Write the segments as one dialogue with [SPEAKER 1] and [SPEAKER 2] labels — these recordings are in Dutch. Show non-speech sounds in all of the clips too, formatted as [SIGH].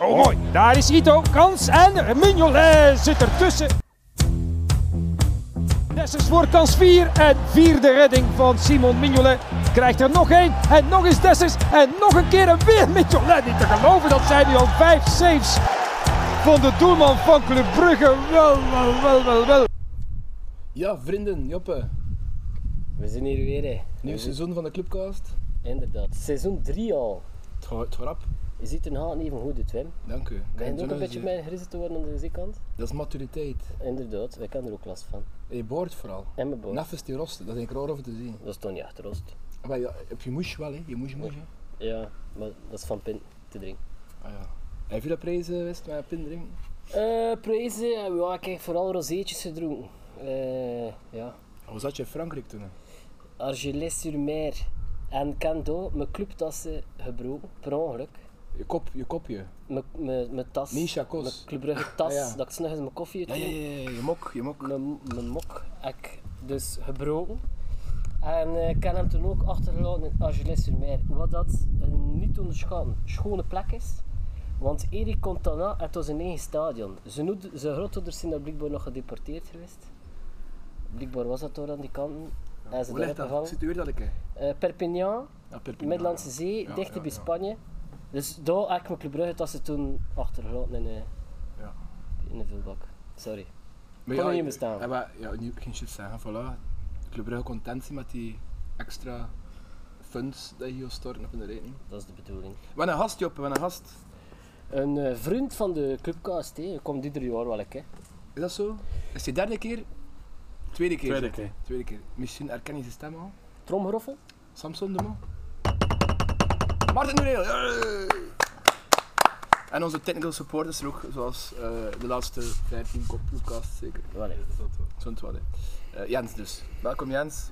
[SPEAKER 1] Oh, mooi. Daar is Ito. Kans en Mignolet zit ertussen. Dessers voor kans 4 en vierde redding van Simon Mignolet. Krijgt er nog één en nog eens Dessers en nog een keer en weer Mignolet. Niet te geloven, dat zijn nu al vijf saves van de doelman van Club Brugge. Wel, wel, wel, wel, wel.
[SPEAKER 2] Ja, vrienden, Joppe.
[SPEAKER 3] We zijn hier weer, hè.
[SPEAKER 2] Nieuw seizoen van de Clubcast.
[SPEAKER 3] Inderdaad. Seizoen 3 al.
[SPEAKER 2] Het gaat, het gaat rap.
[SPEAKER 3] Je ziet een haat even goed, het Wim.
[SPEAKER 2] Dank u.
[SPEAKER 3] Ben je ook een
[SPEAKER 2] Zo'n-
[SPEAKER 3] beetje mijn grizzen te worden aan de zijkant?
[SPEAKER 2] Dat is maturiteit.
[SPEAKER 3] Inderdaad, wij kennen er ook last van.
[SPEAKER 2] En je boort vooral.
[SPEAKER 3] En mijn boord.
[SPEAKER 2] Neffens die rosten, dat is ik raar over te zien.
[SPEAKER 3] Dat is toch niet echt rost.
[SPEAKER 2] Maar ja, heb je moes wel, hè? Je moes, moes. hè.
[SPEAKER 3] Ja, maar dat is van pint te drinken.
[SPEAKER 2] Ah ja. Heb je dat prijzen, wist met pin drinken?
[SPEAKER 3] Eh, prijzen, ja, ja, ik heb vooral rozeetjes gedronken. Eh, ja.
[SPEAKER 2] Hoe zat je in Frankrijk toen? hè?
[SPEAKER 3] Argelès-sur-Mer en Kendo, mijn clubtassen gebroken, per ongeluk.
[SPEAKER 2] Je kop, je kopje.
[SPEAKER 3] Mijn- Mijn mijn tas.
[SPEAKER 2] Niet chacos.
[SPEAKER 3] Mijn Club Brugge tas,
[SPEAKER 2] Ah, ja.
[SPEAKER 3] dat ik s'nachts mijn koffie
[SPEAKER 2] Ja,
[SPEAKER 3] dronk.
[SPEAKER 2] ja, ja, ja, je mok, je mok.
[SPEAKER 3] Mijn, mijn mok heb ik dus gebroken. En eh, ik heb hem toen ook achtergelaten in Argelès-sur-Mer. Wat dat een niet onderschatten schone plek is. Want Eric Cantona het was een eigen stadion. Zijn, oed- zijn grootouders zijn daar blijkbaar nog gedeporteerd geweest. Blijkbaar was dat door aan die kanten. en ze
[SPEAKER 2] Hoe
[SPEAKER 3] daar
[SPEAKER 2] ligt dat?
[SPEAKER 3] opgevangen.
[SPEAKER 2] Zit u weer dat ik hè?
[SPEAKER 3] Eh, Perpignan,
[SPEAKER 2] Ja, Perpignan.
[SPEAKER 3] Middellandse Zee,
[SPEAKER 2] Ja,
[SPEAKER 3] dichter
[SPEAKER 2] ja,
[SPEAKER 3] bij
[SPEAKER 2] ja.
[SPEAKER 3] Spanje. Dus daar heb ik mijn Club Brugge dat ze toen achtergelaten in, eh,
[SPEAKER 2] Ja.
[SPEAKER 3] in de vulbak. Sorry.
[SPEAKER 2] Maar
[SPEAKER 3] Kon er niet
[SPEAKER 2] je-
[SPEAKER 3] bestaan.
[SPEAKER 2] Ja, maar, ja, nu geen shit zeggen, voilà. Club Brugge content zijn met die extra funds die je hier storten op in de rekening.
[SPEAKER 3] Dat is de bedoeling.
[SPEAKER 2] We een gast, Joppe, we een gast.
[SPEAKER 3] Een eh, vriend van de Clubcast, hè. Je komt ieder jaar wel, hè.
[SPEAKER 2] Is dat zo? Is die derde keer? Tweede keer.
[SPEAKER 4] Tweede
[SPEAKER 2] zeg je.
[SPEAKER 4] keer.
[SPEAKER 2] Tweede keer. Misschien herken je zijn stem al.
[SPEAKER 3] Tromgeroffel?
[SPEAKER 2] Samson de man. Martin Nureel. Hey! En onze technical support is er ook, zoals eh, de laatste 13 podcast zeker.
[SPEAKER 3] Wel, hè.
[SPEAKER 2] Zo'n twaalf. Eh Jens dus. Welkom Jens.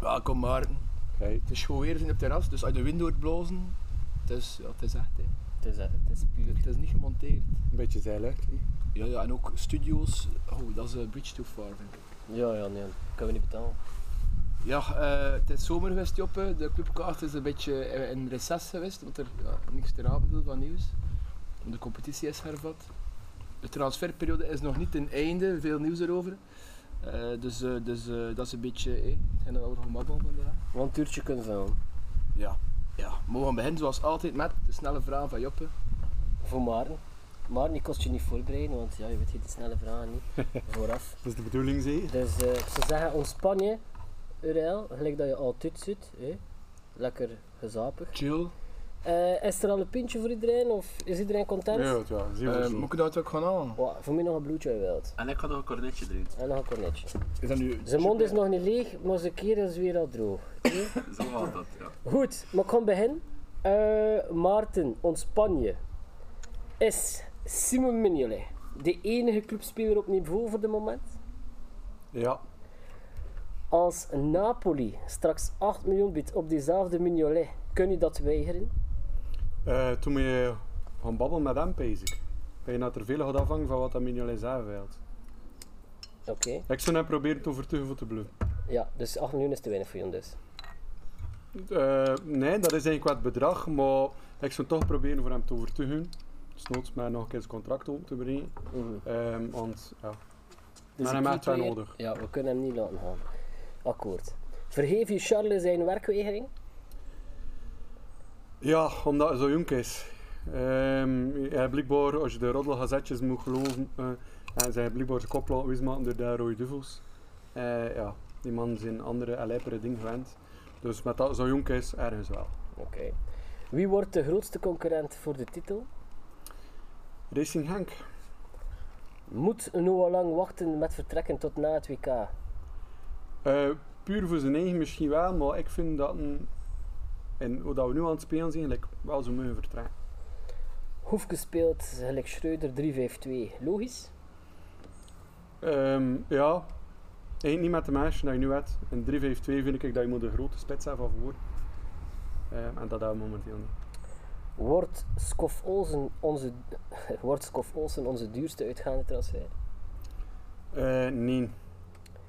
[SPEAKER 2] Welkom Maarten.
[SPEAKER 4] Hey.
[SPEAKER 2] Het is gewoon weer zijn op het terras, dus uit de wind hoort blozen. Het is, ja, het is echt, hè.
[SPEAKER 3] Het is, eh, het is puur.
[SPEAKER 2] het is niet gemonteerd.
[SPEAKER 4] Een beetje zeiluit.
[SPEAKER 2] Ja, ja, en ook studio's. Oh, dat is een bridge too far, vind ik.
[SPEAKER 3] Ja, ja, nee. Kunnen we niet betalen.
[SPEAKER 2] Ja, eh, het is zomer geweest, Joppe. De clubkaart is een beetje eh, in recess geweest, want er ja, niks te rapen viel van nieuws. De competitie is hervat. De transferperiode is nog niet ten einde, veel nieuws erover. Eh, dus eh, dus eh, dat is een beetje... eh, het zijn er al gemakkelijk vandaag.
[SPEAKER 3] Want een tuurtje kunnen vullen.
[SPEAKER 2] Ja. ja. Maar we gaan beginnen zoals altijd met de snelle vraag van Joppe.
[SPEAKER 3] Voor Maarten. Maarten, ik kost je niet voorbereiden, want ja, je weet hier de snelle vragen niet.
[SPEAKER 5] [LAUGHS]
[SPEAKER 3] Vooraf.
[SPEAKER 4] Dat is de bedoeling, zie je?
[SPEAKER 3] Dus eh, ze zeggen ontspan je, URL, gelijk dat je altijd zit. Hè? Lekker gezapig.
[SPEAKER 2] Chill.
[SPEAKER 3] Eh, is er al een pintje voor iedereen of is iedereen content?
[SPEAKER 4] Ja, het wel. Zie
[SPEAKER 2] Eh,
[SPEAKER 4] je
[SPEAKER 2] moet ik dat ook gaan halen?
[SPEAKER 3] Wa- voor mij nog een bloedje wild.
[SPEAKER 5] En ik ga nog een cornetje drinken.
[SPEAKER 3] En nog een cornetje.
[SPEAKER 2] Is dat nu...
[SPEAKER 3] Zijn mond is nog niet leeg, maar zijn keer is weer al droog.
[SPEAKER 5] [LAUGHS] Zo gaat dat, ja.
[SPEAKER 3] Goed, maar ik ga beginnen. Eh, Maarten, ontspan je. Is Simon Mignolet de enige clubspeler op niveau voor de moment?
[SPEAKER 4] Ja.
[SPEAKER 3] Als Napoli straks 8 miljoen biedt op diezelfde Mignolet, kun je dat weigeren?
[SPEAKER 4] Eh, toen moet je gaan babbelen met hem, bezig. Ben je dat er veel gaat afhangen van wat dat Mignolet zei wilt.
[SPEAKER 3] Oké,
[SPEAKER 4] Ik zou hem proberen te overtuigen voor te bluffen.
[SPEAKER 3] ja, dus 8 miljoen is te weinig voor jou dus.
[SPEAKER 4] Eh, nee, dat is eigenlijk wat bedrag, maar ik zou toch proberen voor hem te overtuigen. Snoots mij nog een keer zijn contract op te brengen. Ehm, want ja,
[SPEAKER 3] Mhm. Dus
[SPEAKER 4] Maar
[SPEAKER 3] ik
[SPEAKER 4] hij maakt
[SPEAKER 3] liet
[SPEAKER 4] wel
[SPEAKER 3] weer-
[SPEAKER 4] nodig.
[SPEAKER 3] Ja, we kunnen hem niet laten gaan. Akkoord. Vergeef je Charles zijn werkweigering?
[SPEAKER 4] Ja, omdat hij zo jong is. Ehm hij blijkbaar, als je de roddelgazetjes moet geloven, eh hij zijn blijkbaar zijn kop laten wismaken door de rode duvels. Eh, ja, die man zijn andere en lijpere dingen gewend. Dus met dat zo jong is, ergens wel.
[SPEAKER 3] Oké. Wie wordt de grootste concurrent voor de titel?
[SPEAKER 4] Racing Henk,
[SPEAKER 3] Moet Noah lang wachten met vertrekken tot na het WK?
[SPEAKER 4] Eh, puur voor zijn eigen misschien wel, maar ik vind dat een, en hoe dat we nu aan het spelen zijn, like, wel zo mogen vertrekken.
[SPEAKER 3] Hoefke speelt gelijk Schreuder 3-5-2. Logisch?
[SPEAKER 4] Ehm, ja, eigenlijk niet met de meisje dat je nu hebt. In 3-5-2 vind ik dat je moet een grote spits hebben van voor. Ehm, en dat hebben we momenteel niet.
[SPEAKER 3] Wordt Skof Olsen onze, [LAUGHS] wordt Skof Olsen onze duurste uitgaande transfer?
[SPEAKER 4] Eh, nee.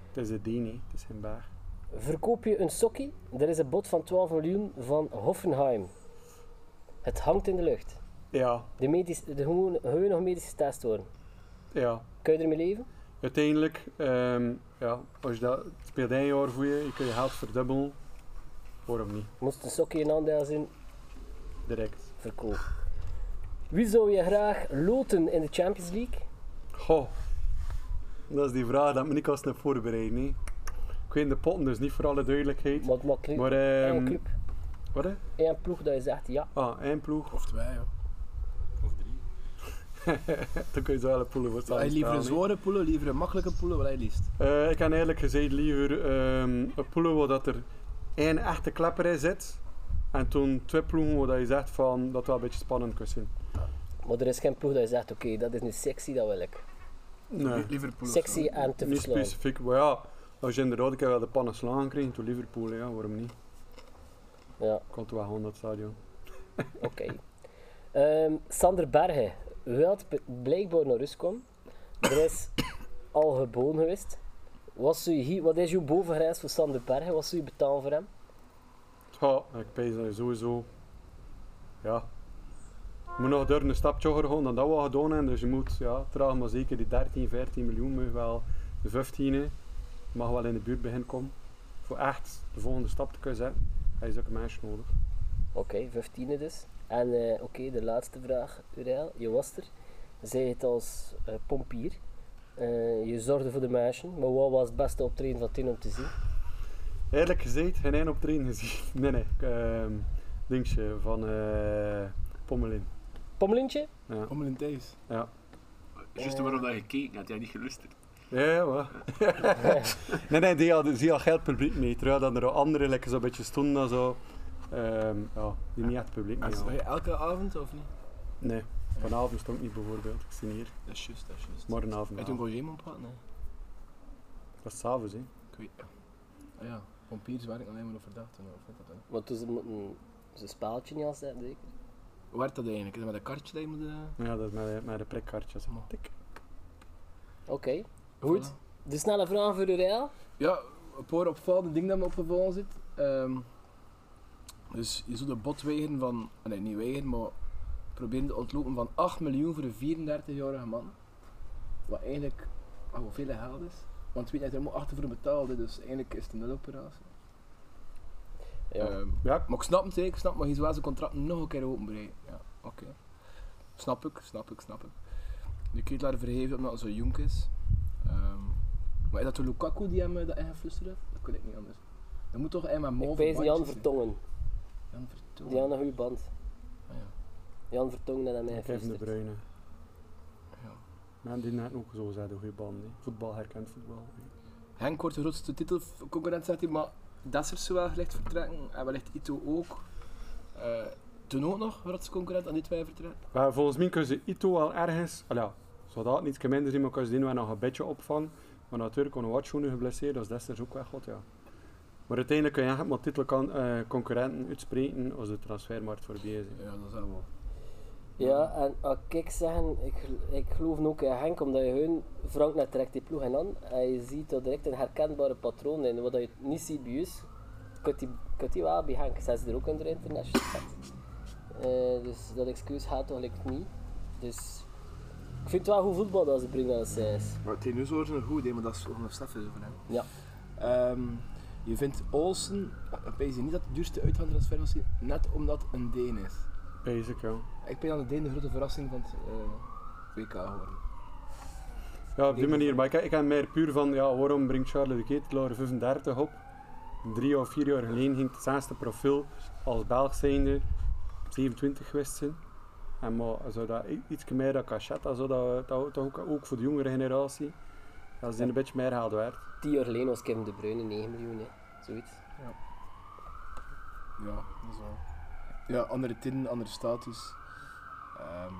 [SPEAKER 4] Het is de Deen, hè. het is geen baar.
[SPEAKER 3] Verkoop je een sokkie? Er is een bod van 12 miljoen van Hoffenheim. Het hangt in de lucht.
[SPEAKER 4] Ja,
[SPEAKER 3] De, medisch, de gewoon, gewoon nog medische test worden.
[SPEAKER 4] ja.
[SPEAKER 3] Kun je ermee leven?
[SPEAKER 4] Uiteindelijk, ehm, ja, als je dat het speelt één jaar voor je, je kunt je geld verdubbelen. Waarom niet?
[SPEAKER 3] Moest een sokje in aandeel zijn,
[SPEAKER 4] Direct.
[SPEAKER 3] verkoop. Wie zou je graag loten in de Champions League?
[SPEAKER 4] Goh, dat is die vraag dat me niet kost naar voorbereid. Nee. Ik weet de potten, dus niet voor alle duidelijkheid.
[SPEAKER 3] Wat maakt club?
[SPEAKER 4] Maar,
[SPEAKER 3] één
[SPEAKER 4] ehm,
[SPEAKER 3] club,
[SPEAKER 4] Wat hè?
[SPEAKER 3] één ploeg dat je zegt ja.
[SPEAKER 4] Ah, één ploeg.
[SPEAKER 2] Of twee, ja.
[SPEAKER 5] Of drie.
[SPEAKER 4] Dan kun je ze wel een poelen voor
[SPEAKER 2] Wil je liever een
[SPEAKER 4] samenstellen, hè.
[SPEAKER 2] zware poelen, liever een makkelijke poelen, wat hij liefst?
[SPEAKER 4] Eh, ik kan eigenlijk gezegd liever ehm, een poelen waar dat er één echte klepper in zit. En toen twee ploegen waar dat je zegt van dat het wel een beetje spannend kan zijn.
[SPEAKER 3] Maar er is geen ploeg dat je zegt, oké, dat is nu sexy, dat wil ik.
[SPEAKER 4] Nee,
[SPEAKER 2] Liever poelen.
[SPEAKER 3] Sexy en te
[SPEAKER 4] niet
[SPEAKER 3] verslaan.
[SPEAKER 4] specifiek. Maar ja, als je inderdaad een keer wel de pannen slaan krijgt, toen Liverpool, ja, waarom niet?
[SPEAKER 3] Ja,
[SPEAKER 4] Kan toch wel gewoon dat stadion.
[SPEAKER 3] oké. Ehm, Sander Berge wil blijkbaar naar rust komen. Er is al geboden geweest. Wat, zou je hier, wat is jouw bovengrens voor Sander Berge? Wat zou je betalen voor hem?
[SPEAKER 4] Ja, ik pees dat je sowieso. Ja. Je moet nog door een stapje hoger gaan dan dat we al gedaan hebben. Dus je moet ja, traag maar zeker die 13, 14 miljoen, moet je wel de 15 hè, mag wel in de buurt beginnen komen. Voor echt de volgende stap te kunnen zetten, heb je zulke mensen nodig.
[SPEAKER 3] Oké, 15 dus. En eh, oké, de laatste vraag, Uriel. Je was er. Zij het als eh, pompier. Eh, je zorgde voor de meisjes. Maar wat was het beste optreden van Tin om te zien?
[SPEAKER 4] Eerlijk gezegd, geen één optreden gezien. Nee, nee. ik, ehm dingetje van eh Pommelin.
[SPEAKER 3] Pommelintje?
[SPEAKER 4] Ja,
[SPEAKER 2] Om in thuis.
[SPEAKER 4] ja.
[SPEAKER 5] Juist waarom dat je gekeken had, jij niet geluisterd.
[SPEAKER 4] Ja, ja, wel. [LAUGHS] nee, nee, die hadden zie al geld publiek mee. Terwijl dan er al anderen lekker zo'n beetje stonden en zo. Ehm, ja, die niet echt publiek mee.
[SPEAKER 2] Als-
[SPEAKER 4] hadden.
[SPEAKER 2] eh, Elke avond of niet?
[SPEAKER 4] Nee, vanavond stond ik niet bijvoorbeeld. Ik zie hier.
[SPEAKER 2] Dat is juist, dat is juist.
[SPEAKER 4] Morgenavond.
[SPEAKER 2] Heb je
[SPEAKER 4] wel.
[SPEAKER 2] een gogémon pakken? Nee.
[SPEAKER 4] Dat is s'avonds, hè?
[SPEAKER 2] Ik weet ja. Ah ja, pompiers werken alleen maar overdag toen. Of wat dat dan?
[SPEAKER 3] Want toen ze moeten ze een spaaltje niet aanzetten, zeker?
[SPEAKER 2] Hoe werkt dat eigenlijk? Is dat met een kartje dat je moet... eh,
[SPEAKER 4] Ja, dat is met, met de prikkaartjes.
[SPEAKER 2] Maar-
[SPEAKER 4] Tik.
[SPEAKER 3] Oké. Goed.
[SPEAKER 2] voilà?
[SPEAKER 3] De snelle vraag voor Uriel.
[SPEAKER 2] Ja, een paar opvallende dingen dat me opgevallen zit. Ehm, dus je zult een bot wegen van, ah, nee niet wegen, maar proberen te ontlopen van 8 miljoen voor een 34-jarige man. Wat eigenlijk al veel geld is. Want weet je, hij heeft er helemaal achter voor betaald, hè, dus eigenlijk is het een nuloperatie.
[SPEAKER 3] Ja.
[SPEAKER 2] Ehm,
[SPEAKER 4] Ja,
[SPEAKER 2] maar ik snap het, hè, ik snap, maar je zou wel zijn contract nog een keer openbreken. Ja, oké. Snap ik, snap ik, snap ik. Je kunt het laten vergeven omdat het zo jong is. Ehm, maar is dat de Lukaku die hem eh, dat ingeflusterd heeft? Dat kan ik niet anders. Dat moet toch Emma Mol
[SPEAKER 3] Ik wijs Jan Vertongen.
[SPEAKER 2] Jan Vertongen.
[SPEAKER 3] Die had een goede band.
[SPEAKER 2] Ah, ja.
[SPEAKER 3] Jan Vertongen dat aan mij
[SPEAKER 4] Kevin de
[SPEAKER 3] gefrustreerd.
[SPEAKER 4] Bruyne.
[SPEAKER 2] Ja.
[SPEAKER 4] Maar die net ook zo gezegd, een goede band. Hè. Voetbal herkent voetbal. hè.
[SPEAKER 2] Henk wordt de grootste titelconcurrent, zegt hij, maar Dessers zou wel licht vertrekken en wellicht Ito ook. Eh toen ook nog grootste concurrent aan die twee vertrekken.
[SPEAKER 4] Maar Eh, volgens mij kunnen ze Ito wel ergens, al ja, zou dat niet minder zien, maar kunnen ze die wel nog een beetje opvangen. Maar natuurlijk, kon Watcho nu geblesseerd, dus dat is ook weg, God, ja. Maar uiteindelijk kun je echt maar titelconcurrenten concurrenten uitspreken als de transfermarkt voorbij is. hè.
[SPEAKER 2] Ja, dat is wel wel.
[SPEAKER 3] Ja, en als ik zeggen, ik, gel- ik geloof ook in Henk, omdat je hun Frank net trekt die ploeg in aan. En je ziet daar direct een herkenbare patroon in. Wat je niet ziet bij ons, kunt die, kunt die wel bij Henk. Zijn ze er ook onder international set. Eh, dus dat excuus gaat toch like niet. Dus ik vind het wel goed voetbal dat ze brengen als eh, zij is.
[SPEAKER 2] Maar het is nu zo nog goed, hè, maar dat is nog straf over hem.
[SPEAKER 3] Ja.
[SPEAKER 2] Ehm, je vindt Olsen, ik weet niet dat het duurste uithandeltransfer was, net omdat het een Deen is.
[SPEAKER 4] Basic, ja.
[SPEAKER 2] Ik ben aan de Deen de grote verrassing van het eh, WK geworden.
[SPEAKER 4] Ja, op die manier. Maar ik, ik heb meer puur van, ja, waarom brengt Charles de Keet 35 op? Drie of vier jaar geleden ging het zesde profiel als Belg zijnde 27 geweest zijn. En maar zou dat i- iets meer dat cachetta, zou dat, dat toch ook, ook voor de jongere generatie, dat is die een beetje meer geld waard.
[SPEAKER 3] Tien jaar geleden was Kevin De Bruyne 9 miljoen, hè. zoiets.
[SPEAKER 2] Ja, dat is wel. Ja, andere tin, andere status. Ehm,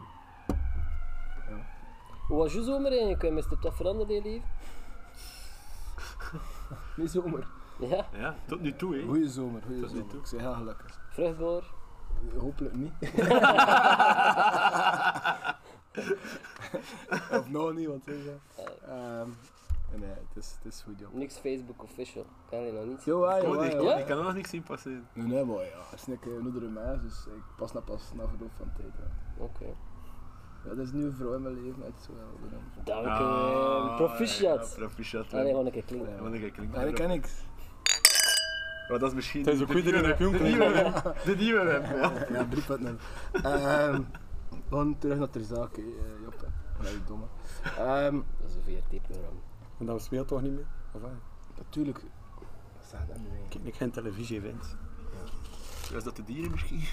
[SPEAKER 3] Hoe was je zomer eigenlijk? Wim? Is er toch veranderd in je leven?
[SPEAKER 2] nu zomer.
[SPEAKER 3] Ja,
[SPEAKER 5] Ja, tot nu toe, hè.
[SPEAKER 2] Goeie zomer, goeie
[SPEAKER 5] Tot nu
[SPEAKER 2] zomer.
[SPEAKER 5] toe.
[SPEAKER 2] Ik ben heel gelukkig.
[SPEAKER 3] vruchtbaar.
[SPEAKER 2] Hopelijk
[SPEAKER 5] [LAUGHS]
[SPEAKER 2] niet. of nog niet, want zo is dat. Ehm, En nee, het is, het is goed, joh.
[SPEAKER 3] Niks Facebook official. Kan je nog niet zien.
[SPEAKER 2] Jo, ja,
[SPEAKER 5] Kom,
[SPEAKER 2] ja,
[SPEAKER 5] ik,
[SPEAKER 2] ja.
[SPEAKER 5] kan,
[SPEAKER 3] ja.
[SPEAKER 5] ik kan er nog niks zien passeren.
[SPEAKER 2] Nee, nee, maar ja. Het is een keer onder de meis, dus ik pas na pas na verloop van tijd. Ja.
[SPEAKER 3] Oké.
[SPEAKER 2] Ja, dat is nu een vrouw in mijn leven, het is wel. de naam.
[SPEAKER 3] Dank u. eh,
[SPEAKER 5] Ah,
[SPEAKER 3] Proficiat.
[SPEAKER 5] ja, Proficiat.
[SPEAKER 3] Allee,
[SPEAKER 5] Ja,
[SPEAKER 3] gewoon een keer klinken.
[SPEAKER 5] want ik klink.
[SPEAKER 2] Ja, dat ken ik.
[SPEAKER 5] Maar dat is misschien.
[SPEAKER 4] Het is ook
[SPEAKER 5] de
[SPEAKER 4] goed dat je
[SPEAKER 5] nieuwe
[SPEAKER 4] dat kunt
[SPEAKER 5] web. De nieuwe web. De nieuwe web, ja.
[SPEAKER 2] Ja, 3.0. Ehm, Dan terug naar ter zake, eh, Job. hè. Ja, je domme. Ehm,
[SPEAKER 3] Dat is een VRT-programma.
[SPEAKER 4] En dat speelt toch niet meer? Of wat?
[SPEAKER 2] natuurlijk. Wat zeg dat nu?
[SPEAKER 4] Ik kijk geen televisie, vindt.
[SPEAKER 5] Was dat de dieren misschien?
[SPEAKER 4] [LAUGHS]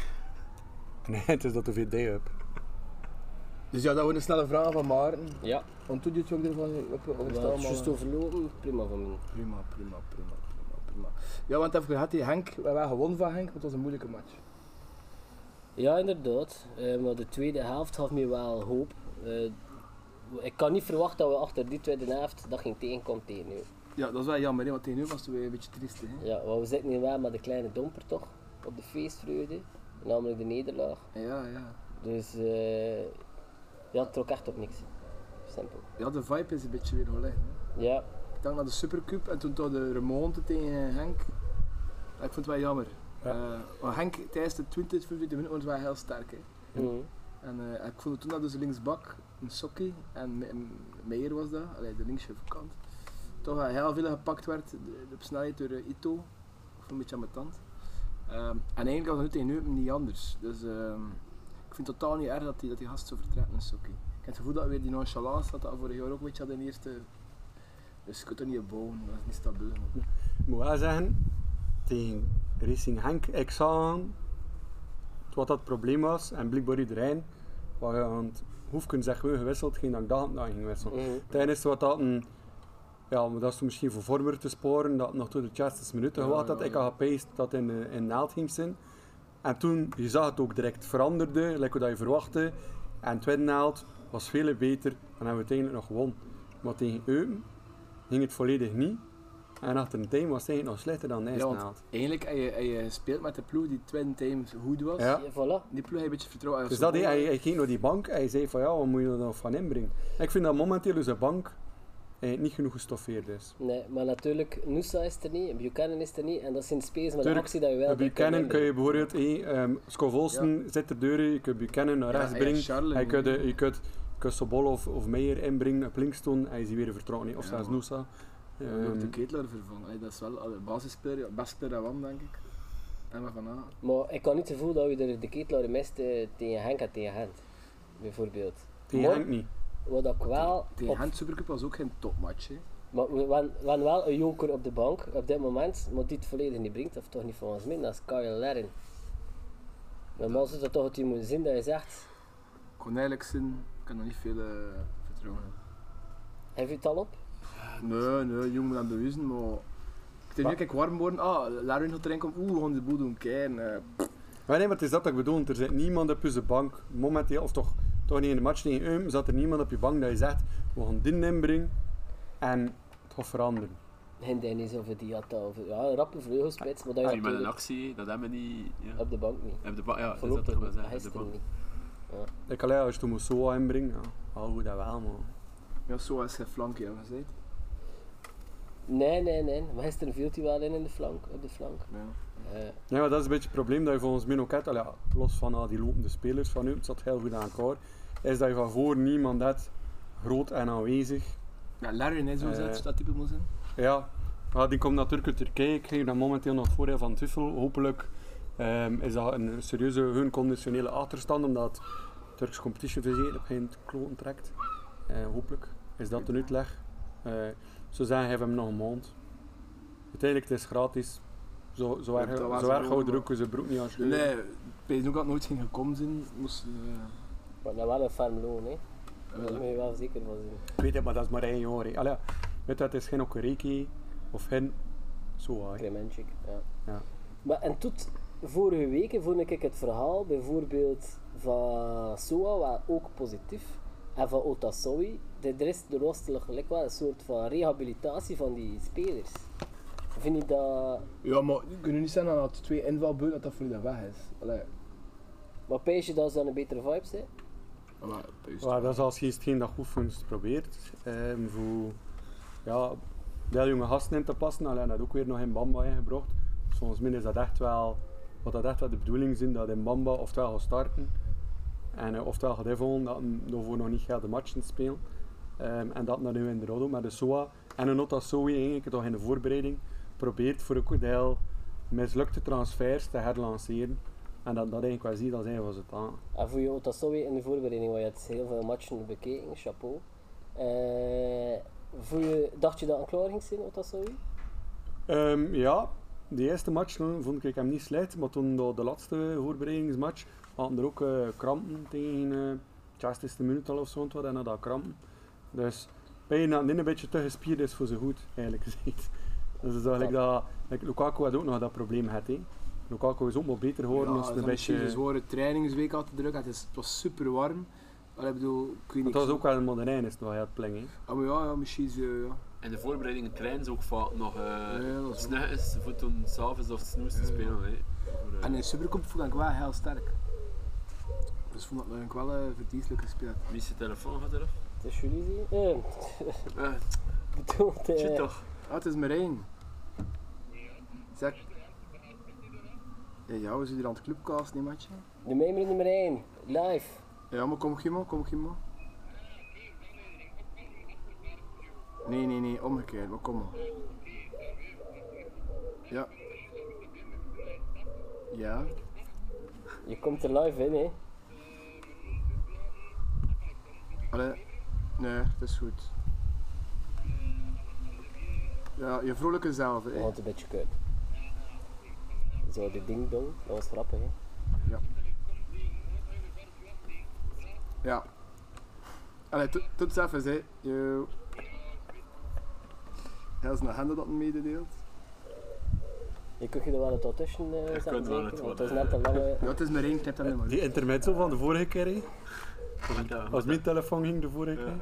[SPEAKER 4] Nee, het is dat de VD up.
[SPEAKER 2] Dus ja, dat wordt een snelle vraag van Maarten.
[SPEAKER 3] Ja,
[SPEAKER 2] Want toen doet je ook ervan op
[SPEAKER 3] we
[SPEAKER 2] over
[SPEAKER 3] hebben het juist overlopen. Prima van mij.
[SPEAKER 2] Prima, prima, prima, prima, prima. Ja, want even gehad, die Henk, we hebben gewonnen van Henk, maar het was een moeilijke match.
[SPEAKER 3] Ja, inderdaad. Eh, maar de tweede helft gaf me wel hoop. Eh, ik kan niet verwachten dat we achter die tweede helft dat ging tegenkomt tegen nu.
[SPEAKER 2] Ja, dat is wel jammer, hè, want tegen nu was het weer een beetje triest. Hè?
[SPEAKER 3] Ja, want we zitten hier wel met de kleine domper toch? Op de feestvreugde. Namelijk de nederlaag.
[SPEAKER 2] Ja, ja.
[SPEAKER 3] Dus eh, ja, het trok echt op niks. Simpel.
[SPEAKER 2] Ja, de vibe is een beetje weer gelegd. hè.
[SPEAKER 3] Ja,
[SPEAKER 2] Ik dacht naar de Supercup en toen toch de remonte tegen Henk. Ja, ik vond het wel jammer.
[SPEAKER 4] Ja.
[SPEAKER 2] Eh, maar Henk tijdens de 20, 25 minuten was wel heel sterk. Hè.
[SPEAKER 3] mhm.
[SPEAKER 2] En eh, ik vond toen dat dus linksbak, een sokkie en Me- M- Meijer was dat, allee, de linkse kant, toch wel heel veel gepakt werd de- op snelheid door eh, Ito. Ik vond het een beetje aan mijn tand. en eigenlijk was het nu tegen Eupen niet anders. Dus ehm, ik vind het totaal niet erg dat die, dat die gast zo vertrekt een sokkie. Ik heb het gevoel dat weer die nonchalance dat dat vorig jaar ook een beetje had in de eerste. Dus je kunt er niet op bouwen, dat is niet stabiel.
[SPEAKER 4] Ik moet wel zeggen, tegen Racing Henk, ik zag aan wat dat probleem was. En blijkbaar iedereen, want Hoefken zegt we gewisseld, ging dat ik dacht dat hij ging wisselen.
[SPEAKER 3] Mhm.
[SPEAKER 4] Tijdens wat dat een, ja, maar dat is misschien voor vormer te sporen, dat nog tot de laatste minuten
[SPEAKER 2] Ja,
[SPEAKER 4] gewacht had.
[SPEAKER 2] ja,
[SPEAKER 4] Ik
[SPEAKER 2] ja.
[SPEAKER 4] had gepaced dat in, eh, in Naald ging zijn. En toen, je zag het ook direct veranderde, lekker dat je verwachtte. En tweede Naald was veel beter en hebben we uiteindelijk nog gewonnen. Maar tegen Eupen ging het volledig niet. En achter een time was het eigenlijk nog slechter dan de
[SPEAKER 2] Ja,
[SPEAKER 4] eerste
[SPEAKER 2] want-
[SPEAKER 4] Naald.
[SPEAKER 2] Eigenlijk, als je, als je speelt met de ploeg die twin times goed was,
[SPEAKER 4] Ja.
[SPEAKER 3] Ja, voilà.
[SPEAKER 2] die ploeg heb je een beetje vertrouwen. als
[SPEAKER 4] Dus
[SPEAKER 2] ze
[SPEAKER 4] dat, hij,
[SPEAKER 2] gewonnen
[SPEAKER 4] hij, hij ging naar die bank en hij zei van ja, wat moet je er nou van inbrengen? Ik vind dat momenteel onze bank eh, niet genoeg gestoffeerd is.
[SPEAKER 3] Nee, maar natuurlijk, Nusa is er niet, Buchanan is er niet. En dat is in space met de
[SPEAKER 4] Tuurlijk,
[SPEAKER 3] actie dat je wel...
[SPEAKER 4] Bij
[SPEAKER 3] bij
[SPEAKER 4] Buchanan
[SPEAKER 3] kunt
[SPEAKER 4] kun
[SPEAKER 3] hebben.
[SPEAKER 4] je bijvoorbeeld, hey, ehm Scov Olsen zit er deuren, je kunt Buchanan naar
[SPEAKER 2] Ja,
[SPEAKER 4] rechts
[SPEAKER 2] en
[SPEAKER 4] brengen.
[SPEAKER 2] Charlemagne.
[SPEAKER 4] Hij kunt, eh, je kunt, je kunt Sobol of, of Meijer inbrengen op links doen en je ziet weer vertrouwen. Of
[SPEAKER 2] Ja.
[SPEAKER 4] zelfs Noosa.
[SPEAKER 2] We hebben ook de
[SPEAKER 4] Ehm,
[SPEAKER 2] Ketelaar vervangen. Allee, dat is wel de basisspeler, ja, beste speler dat won, denk ik. En we van ah, A.
[SPEAKER 3] Maar ik kan niet het gevoel dat we er de ketelaren mist eh, tegen Henk en tegen Gent. Bijvoorbeeld.
[SPEAKER 4] tegen
[SPEAKER 3] Maar-
[SPEAKER 4] Henk niet.
[SPEAKER 3] Wat ik wel...
[SPEAKER 2] Tegen
[SPEAKER 3] op-
[SPEAKER 2] Gent Supercup was ook geen topmatch. Hè.
[SPEAKER 3] Maar we waren, we waren wel een joker op de bank op dit moment, maar die het volledig niet brengt, of toch niet volgens mij, dat is Kyle Larin. Normaal zou dat toch het moeten zien dat je zegt,
[SPEAKER 2] Ik kon eigenlijk zien, ik kan er niet veel eh, vertrouwen in.
[SPEAKER 3] heb je het al op?
[SPEAKER 2] Nee, nee, jong moet aan bewijzen, maar... Het is nu kijk warm worden, ah, Larin gaat erin komen, oeh, we gaan de boel doen, keien. eh,
[SPEAKER 4] Maar nee, maar het is dat dat ik bedoel. Er zit niemand op onze bank momenteel, of toch, toch niet in de match tegen Eum, zat er niemand op je bank dat je zegt, we gaan dit inbrengen en het gaat veranderen.
[SPEAKER 3] Geen Dennis of die had al, ja, een rappe vleugelspits, maar dat je
[SPEAKER 5] Ja, met Ah, een
[SPEAKER 3] natuurlijk
[SPEAKER 5] actie, dat hebben we niet. Ja,
[SPEAKER 3] op de bank niet.
[SPEAKER 5] Op de ba- ja dat is dat
[SPEAKER 3] Voorlopig
[SPEAKER 5] toch wel
[SPEAKER 3] niet,
[SPEAKER 5] zeggen. op de
[SPEAKER 3] gisteren
[SPEAKER 5] bank.
[SPEAKER 3] niet.
[SPEAKER 4] Ik alleen als je toen Moussoa inbrengt, ja, al goed dat wel, maar...
[SPEAKER 2] Ja, zo is geen flankje, hebben gezegd.
[SPEAKER 3] Nee, nee, nee, maar gisteren viel hij wel in, in de flank, op de flank.
[SPEAKER 2] Ja.
[SPEAKER 3] Eh,
[SPEAKER 4] Ja, maar dat is een beetje het probleem dat je volgens mij ook hebt. Allee, ja, los van al die lopende spelers van nu, het zat heel goed aan elkaar. Is dat je van voor niemand hebt, groot en aanwezig.
[SPEAKER 2] Ja, Larin is zo
[SPEAKER 4] Eh.
[SPEAKER 2] zet, dat type moet zijn.
[SPEAKER 4] Ja, ja die komt natuurlijk uit Turkije. Ik geef dan momenteel nog voordeel van Tuffel. Hopelijk ehm, is dat een serieuze hun conditionele achterstand, omdat Turks competitie verzekerd begint kloten trekt. Eh, hopelijk is dat een uitleg. Eh, zo zijn, geef hem nog een maand. Uiteindelijk het is gratis. Zo, zo
[SPEAKER 2] Ja,
[SPEAKER 4] erg,
[SPEAKER 2] dat was
[SPEAKER 4] zo
[SPEAKER 2] een
[SPEAKER 4] erg houden
[SPEAKER 2] rol,
[SPEAKER 4] er ook zijn broek niet aan scheuren.
[SPEAKER 2] Nee, Pees ook had nooit geen gekomen zijn, moest... eh,
[SPEAKER 3] maar dat wel een ferm loon, hè.
[SPEAKER 2] wel,
[SPEAKER 3] Daar moet je wel zeker van zijn.
[SPEAKER 4] Ik weet het, maar dat is maar één jaar. hè. Allee, weet dat, het is geen Okereki of geen zo. hè.
[SPEAKER 3] Kremenchik, ja.
[SPEAKER 4] Ja.
[SPEAKER 3] Maar en tot vorige week vond ik het verhaal bijvoorbeeld van Soa wel ook positief. En van Otasowi. De de rest de roostelen gelijk wel een soort van rehabilitatie van die spelers. Vind ik dat...
[SPEAKER 2] Ja, maar je kunt niet zeggen dat twee invalbeurt dat dat voor de weg is. Allee,
[SPEAKER 3] Maar pijs je dat ze dan een betere vibes hè?
[SPEAKER 2] maar, Pees.
[SPEAKER 4] Maar dat is als je hetgeen dat goed probeert. ehm voor ja, heel jonge gasten in te passen. Alleen dat ook weer nog in Bamba ingebracht. Dus volgens mij is dat echt wel, wat dat echt wel de bedoeling is, dat in Bamba ofwel gaat starten. En eh, ofwel gaat invullen dat hem daarvoor nog niet gaat de matchen spelen. Ehm, en dat dan nu in de Rodo met de SOA. En een Nota Soi eigenlijk toch in de voorbereiding probeert voor een goed deel mislukte transfers te herlanceren. En dat, dat eigenlijk wel zie, dat zijn was het aan.
[SPEAKER 3] En voor jou, dat is zo weer in de voorbereiding, want je hebt heel veel matchen bekeken, chapeau. Eh, voor je, dacht je dat een klaar ging zijn, Otasawi?
[SPEAKER 4] Ehm, ja, de eerste match eh, vond ik hem niet slecht, maar toen de, de laatste voorbereidingsmatch hadden er ook eh, krampen tegen eh 60e minuut al of zo, en het was, en had dat krampen. Dus bijna net een beetje te gespierd is voor zijn goed, eigenlijk gezegd. Dus dat is eigenlijk dat, like, Lukaku had ook nog dat probleem gehad. hè. Lukaku is ook nog beter geworden als het een beetje...
[SPEAKER 2] een zware trainingsweek had te druk. Het, is, het was super warm. Maar ik bedoel, ik weet
[SPEAKER 4] Het
[SPEAKER 2] niet.
[SPEAKER 4] was ook wel een modernijn is het wel, ja, het pling, hè.
[SPEAKER 2] Ah, maar ja, ja, misschien is, eh, ja.
[SPEAKER 6] En de voorbereidingen trainen ze ook vaak nog eh
[SPEAKER 2] Ja, dat is
[SPEAKER 6] snel is voor toen s'avonds of snoes te spelen. hè. Voor, eh,
[SPEAKER 2] En in Supercup vond ik wel heel sterk. Dus vond ik dat ik wel eh verdienstelijk gespeeld.
[SPEAKER 6] Wie is je telefoon gaat eraf?
[SPEAKER 3] Het is jullie zien. Eh, [LAUGHS]
[SPEAKER 6] Eh,
[SPEAKER 3] bedoeld, eh,
[SPEAKER 6] shit toch.
[SPEAKER 2] Ah, het is Marijn. Zeg. Ja, ja, we zitten hier aan het clubcast, niet matje.
[SPEAKER 3] de mijmer nummer 1, live.
[SPEAKER 2] Ja, maar kom Gimmo, kom Gimmo. Nee, nee, nee, omgekeerd, maar kom maar. Ja. Ja.
[SPEAKER 3] Je komt er live in, hè?
[SPEAKER 2] Allee. Nee, het is goed. Ja, je vrolijke zelf,
[SPEAKER 3] Je
[SPEAKER 2] hè.
[SPEAKER 3] had een beetje kuit. Zo, die ding-dong, dat was grappig, hè?
[SPEAKER 2] Ja. Allee, tot- tot zelf eens, hè. Yo. Ja, dat is een agenda dat hem mededeelt.
[SPEAKER 3] Je kunt je er wel een tot tussen eh, zetten,
[SPEAKER 6] kunt wel
[SPEAKER 3] zeker?
[SPEAKER 6] het
[SPEAKER 3] want
[SPEAKER 6] worden,
[SPEAKER 3] dat is net een lange...
[SPEAKER 2] Ja, het is maar één knip dan maar.
[SPEAKER 4] Die intermezzo van de vorige keer, hè.
[SPEAKER 6] Ja,
[SPEAKER 4] Als mijn telefoon ging de vorige keer.